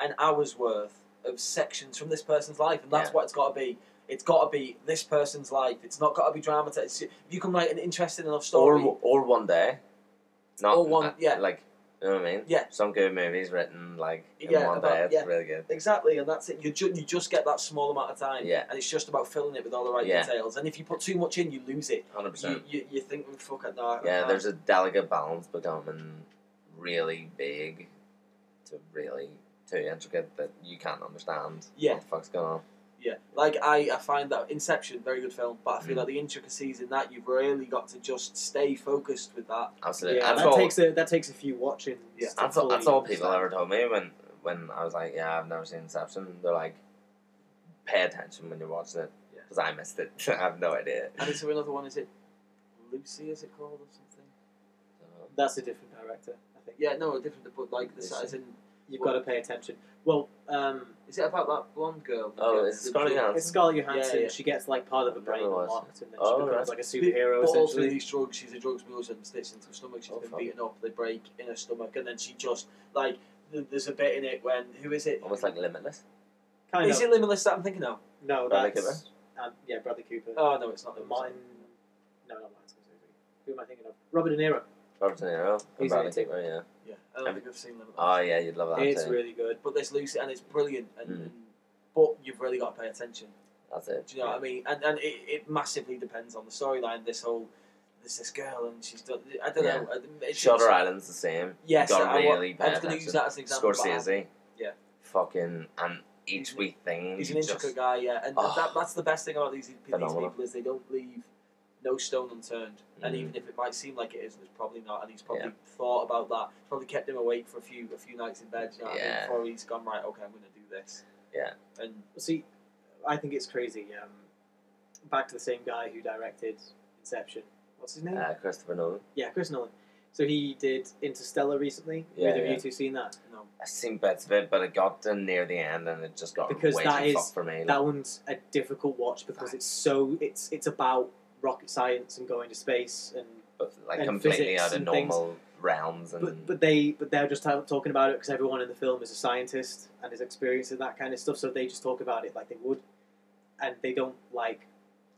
Speaker 5: an hour's worth of sections from this person's life, and that's
Speaker 4: Yeah.
Speaker 5: what it's got to be. It's got to be this person's life. It's not got to be dramatized. If you can write an interesting enough story,
Speaker 4: Or, or one day. Not,
Speaker 5: Or one-
Speaker 4: uh,
Speaker 5: yeah.
Speaker 4: Like, you know what I mean?
Speaker 5: Yeah.
Speaker 4: Some good movies written, like, in
Speaker 5: Yeah,
Speaker 4: one
Speaker 5: about-
Speaker 4: day. It's
Speaker 5: yeah.
Speaker 4: really good.
Speaker 5: Exactly, and that's it. You, ju- you just get that small amount of time,
Speaker 4: Yeah.
Speaker 5: and it's just about filling it with all the right
Speaker 4: Yeah.
Speaker 5: details. And if you put too much in, you lose it.
Speaker 4: 100%.
Speaker 5: You, you, you think, "Mm, fuck it, no. I
Speaker 4: Yeah,
Speaker 5: can't."
Speaker 4: there's a delicate balance becoming really big to really too intricate that you can't understand
Speaker 5: Yeah.
Speaker 4: what the fuck's going on.
Speaker 5: yeah. Like I, I find that Inception very good film, but I feel
Speaker 4: Mm.
Speaker 5: like the intricacies in that you've really got to just stay focused with that.
Speaker 4: Absolutely.
Speaker 2: yeah,
Speaker 4: that's,
Speaker 2: that
Speaker 4: all,
Speaker 2: takes a that takes a few watching.
Speaker 5: Yeah,
Speaker 2: to
Speaker 4: that's, all,
Speaker 2: fully
Speaker 4: that's all people
Speaker 2: understand.
Speaker 4: ever told me when, when I was like, yeah, I've never seen Inception. They're like, pay attention when you're watching it
Speaker 5: Yeah.
Speaker 4: because I missed it. I have no idea.
Speaker 5: And is there another one? Is it Lucy? Is it called or something?
Speaker 2: That's a different director, I think.
Speaker 5: Yeah, no, different. But like this,
Speaker 4: Lucy.
Speaker 5: as in,
Speaker 2: You've got to pay attention. Well, um,
Speaker 5: is it about that blonde girl?
Speaker 4: Oh,
Speaker 5: The-
Speaker 4: it's
Speaker 5: the-
Speaker 4: Scarlett Johansson.
Speaker 2: it's Scarlett Johansson.
Speaker 5: Yeah, yeah.
Speaker 2: She gets like part of a
Speaker 4: I've
Speaker 2: brain
Speaker 4: never watched
Speaker 2: unlocked, and then she
Speaker 4: Oh,
Speaker 2: becomes
Speaker 4: right.
Speaker 2: like a
Speaker 5: The-
Speaker 2: superhero.
Speaker 5: but all through
Speaker 2: essentially.
Speaker 5: these drugs, she's a drugs mule and sticks into her stomach. She's
Speaker 4: Oh,
Speaker 5: been
Speaker 4: fuck.
Speaker 5: beaten up. They break in her stomach, and then she just like th- there's a bit in it when who is it?
Speaker 4: Almost like limitless.
Speaker 2: Kind
Speaker 5: Is
Speaker 2: of.
Speaker 5: it Limitless that I'm thinking of?
Speaker 2: No,
Speaker 4: Bradley
Speaker 2: that's um, yeah, Bradley Cooper.
Speaker 5: Oh no, it's not Limitless.
Speaker 2: Martin. No, not Martin. Scorsese. Who am I thinking of? Robert De Niro.
Speaker 4: Robert De Niro. and
Speaker 2: He's
Speaker 4: Bradley
Speaker 2: amazing.
Speaker 4: Cooper, yeah.
Speaker 5: Yeah, I don't think I've seen Limitless.
Speaker 4: Oh, yeah, you'd love that
Speaker 2: It's
Speaker 4: too.
Speaker 2: really good.
Speaker 5: But there's Lucy, and it's brilliant, and,
Speaker 4: Mm.
Speaker 5: and but you've really got to pay attention.
Speaker 4: That's it.
Speaker 5: Do you know what I mean? And and it, it massively depends on the storyline. This whole there's this girl, and she's done. I don't know. uh, It's
Speaker 4: Shutter Island's the same.
Speaker 5: Yes,
Speaker 4: Gotta
Speaker 5: I, wa- I
Speaker 4: really
Speaker 5: was
Speaker 4: pay
Speaker 5: going to
Speaker 4: attention.
Speaker 5: use that as an example. but I-
Speaker 4: Scorsese.
Speaker 5: Yeah.
Speaker 4: Fucking and
Speaker 5: He's
Speaker 4: each
Speaker 5: an-
Speaker 4: wee thing.
Speaker 5: He's
Speaker 4: you
Speaker 5: an
Speaker 4: just,
Speaker 5: intricate guy, yeah, and
Speaker 4: Oh.
Speaker 5: that, that's the best thing about these, these
Speaker 4: Phenomenal.
Speaker 5: people is they don't leave no stone unturned, and
Speaker 4: Mm.
Speaker 5: even if it might seem like it is, it's probably not, and he's probably
Speaker 4: Yeah.
Speaker 5: thought about that, probably kept him awake for a few a few nights in bed, you know what I mean,
Speaker 4: Yeah.
Speaker 5: before he's gone right, okay, I'm going to do this,
Speaker 4: Yeah.
Speaker 5: and
Speaker 2: See, I think it's crazy. Um, back to the same guy who directed Inception. What's his name?
Speaker 4: Uh, Christopher Nolan.
Speaker 2: yeah, Chris Nolan. So he did Interstellar recently.
Speaker 4: Yeah,
Speaker 2: Either of
Speaker 4: yeah.
Speaker 2: you two seen that?
Speaker 5: no,
Speaker 4: I've seen bits of it, but it got to near the end and it just got
Speaker 2: Because
Speaker 4: way
Speaker 2: that
Speaker 4: too
Speaker 2: is-
Speaker 4: fucked for me.
Speaker 2: That one's a difficult watch because it's so it's it's about rocket science and going to space and
Speaker 4: But like
Speaker 2: And
Speaker 4: completely
Speaker 2: physics
Speaker 4: out of
Speaker 2: and things.
Speaker 4: normal realms and
Speaker 2: But but they but they're just ta- talking about it because everyone in the film is a scientist and is experiencing that kind of stuff. So they just talk about it like they would, and they don't like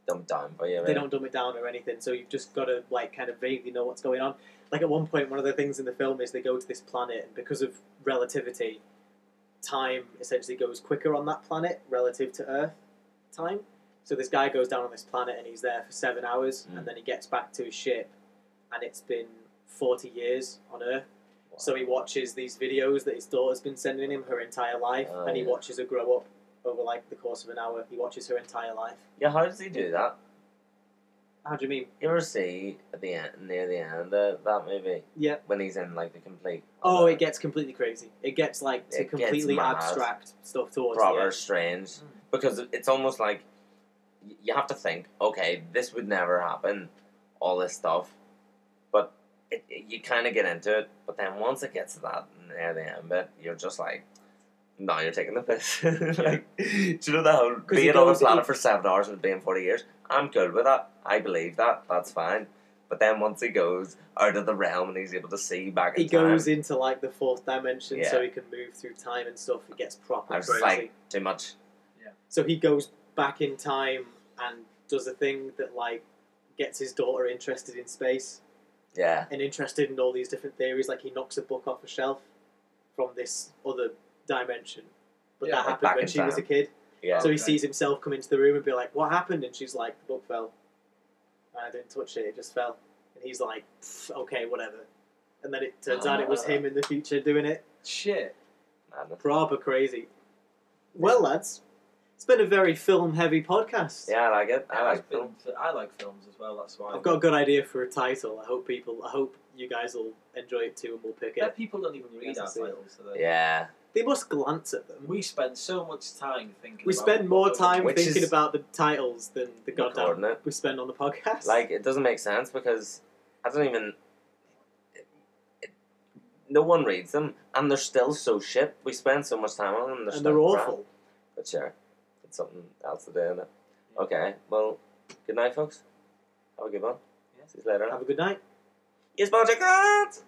Speaker 4: dumbed down by you.
Speaker 2: they
Speaker 4: Really.
Speaker 2: don't dumb it down or anything. So you've just got to like kind of vaguely know what's going on. Like at one point, one of the things in the film is they go to this planet, and because of relativity, time essentially goes quicker on that planet relative to Earth time. So this guy goes down on this planet and he's there for seven hours,
Speaker 4: Mm.
Speaker 2: and then he gets back to his ship, and it's been forty years on Earth. So he watches these videos that his daughter's been sending him her entire life,
Speaker 4: Oh,
Speaker 2: and he
Speaker 4: yeah.
Speaker 2: watches her grow up over like the course of an hour. He watches her entire life.
Speaker 4: yeah, how does he do that?
Speaker 2: How do you mean?
Speaker 4: You ever see at the end, near the end of that movie
Speaker 2: Yeah,
Speaker 4: when he's in like the complete
Speaker 2: Oh, it gets completely crazy. It gets like to
Speaker 4: It gets
Speaker 2: completely
Speaker 4: mad.
Speaker 2: abstract stuff towards
Speaker 4: proper
Speaker 2: the Hmm.
Speaker 4: strange
Speaker 5: Mm.
Speaker 4: because it's almost like y- you have to think, okay, this would never happen, all this stuff, but it, it- you kind of get into it. But then once it gets to that near the end bit, you're just like, no, you're taking the piss. like, do you know that whole
Speaker 2: 'Cause he
Speaker 4: being on a
Speaker 2: goes-
Speaker 4: planet
Speaker 2: he-
Speaker 4: for seven hours and being forty years? I'm good with that. I believe that. That's fine. But then once he goes out of the realm and he's able to see back
Speaker 2: end.
Speaker 4: in
Speaker 2: He
Speaker 4: time,
Speaker 2: goes into like the fourth dimension so
Speaker 4: Yeah.
Speaker 2: he can move through time and stuff. It gets proper
Speaker 4: I was
Speaker 2: crazy.
Speaker 4: just like, too much.
Speaker 2: So he goes back in time and does a thing that like gets his daughter interested in space
Speaker 4: Yeah,
Speaker 2: and interested in all these different theories. Like he knocks a book off a shelf from this other dimension. But
Speaker 5: Yeah,
Speaker 2: that
Speaker 4: like
Speaker 2: happened
Speaker 4: back
Speaker 2: when
Speaker 4: in
Speaker 2: she was a
Speaker 4: time.
Speaker 2: kid.
Speaker 4: yeah.
Speaker 2: So he
Speaker 5: Okay.
Speaker 2: sees himself come into the room and be like, "What happened?" And she's like, "The book fell." And I didn't touch it; it just fell. And he's like, "Pff, "Okay, whatever." And then it turns out it was him in the future doing it.
Speaker 5: Shit.
Speaker 4: madness.
Speaker 2: Proper crazy. Well, lads, it's been a very film-heavy podcast.
Speaker 4: Yeah, I like it. I
Speaker 5: I
Speaker 4: like
Speaker 5: like,
Speaker 4: film.
Speaker 5: films. I like films as well. That's why
Speaker 2: I've got a good idea for a title. I hope people, I hope you guys will enjoy it too, and we'll pick
Speaker 5: Their
Speaker 2: it.
Speaker 5: people don't even read
Speaker 2: Yes, I
Speaker 5: our
Speaker 2: see.
Speaker 5: titles. do they?
Speaker 4: Yeah.
Speaker 2: They must glance at them.
Speaker 5: We spend so much time thinking.
Speaker 2: We
Speaker 5: about
Speaker 2: spend more
Speaker 5: what
Speaker 2: time
Speaker 4: Which
Speaker 2: thinking
Speaker 4: is-
Speaker 2: about the titles than the
Speaker 4: Recording
Speaker 2: goddamn
Speaker 4: it.
Speaker 2: we spend on the podcast.
Speaker 4: Like it doesn't make sense because I don't even. It, it, no one reads them, and they're still so shit. We spend so much time on them, and they're,
Speaker 2: and
Speaker 4: still
Speaker 2: they're
Speaker 4: crap.
Speaker 2: awful.
Speaker 4: But sure, it's something else to do. Isn't it? Okay, well, good night, folks. Have a good one.
Speaker 5: Yeah.
Speaker 4: See you later.
Speaker 2: Have a good night.
Speaker 4: Yes, Magic Cat!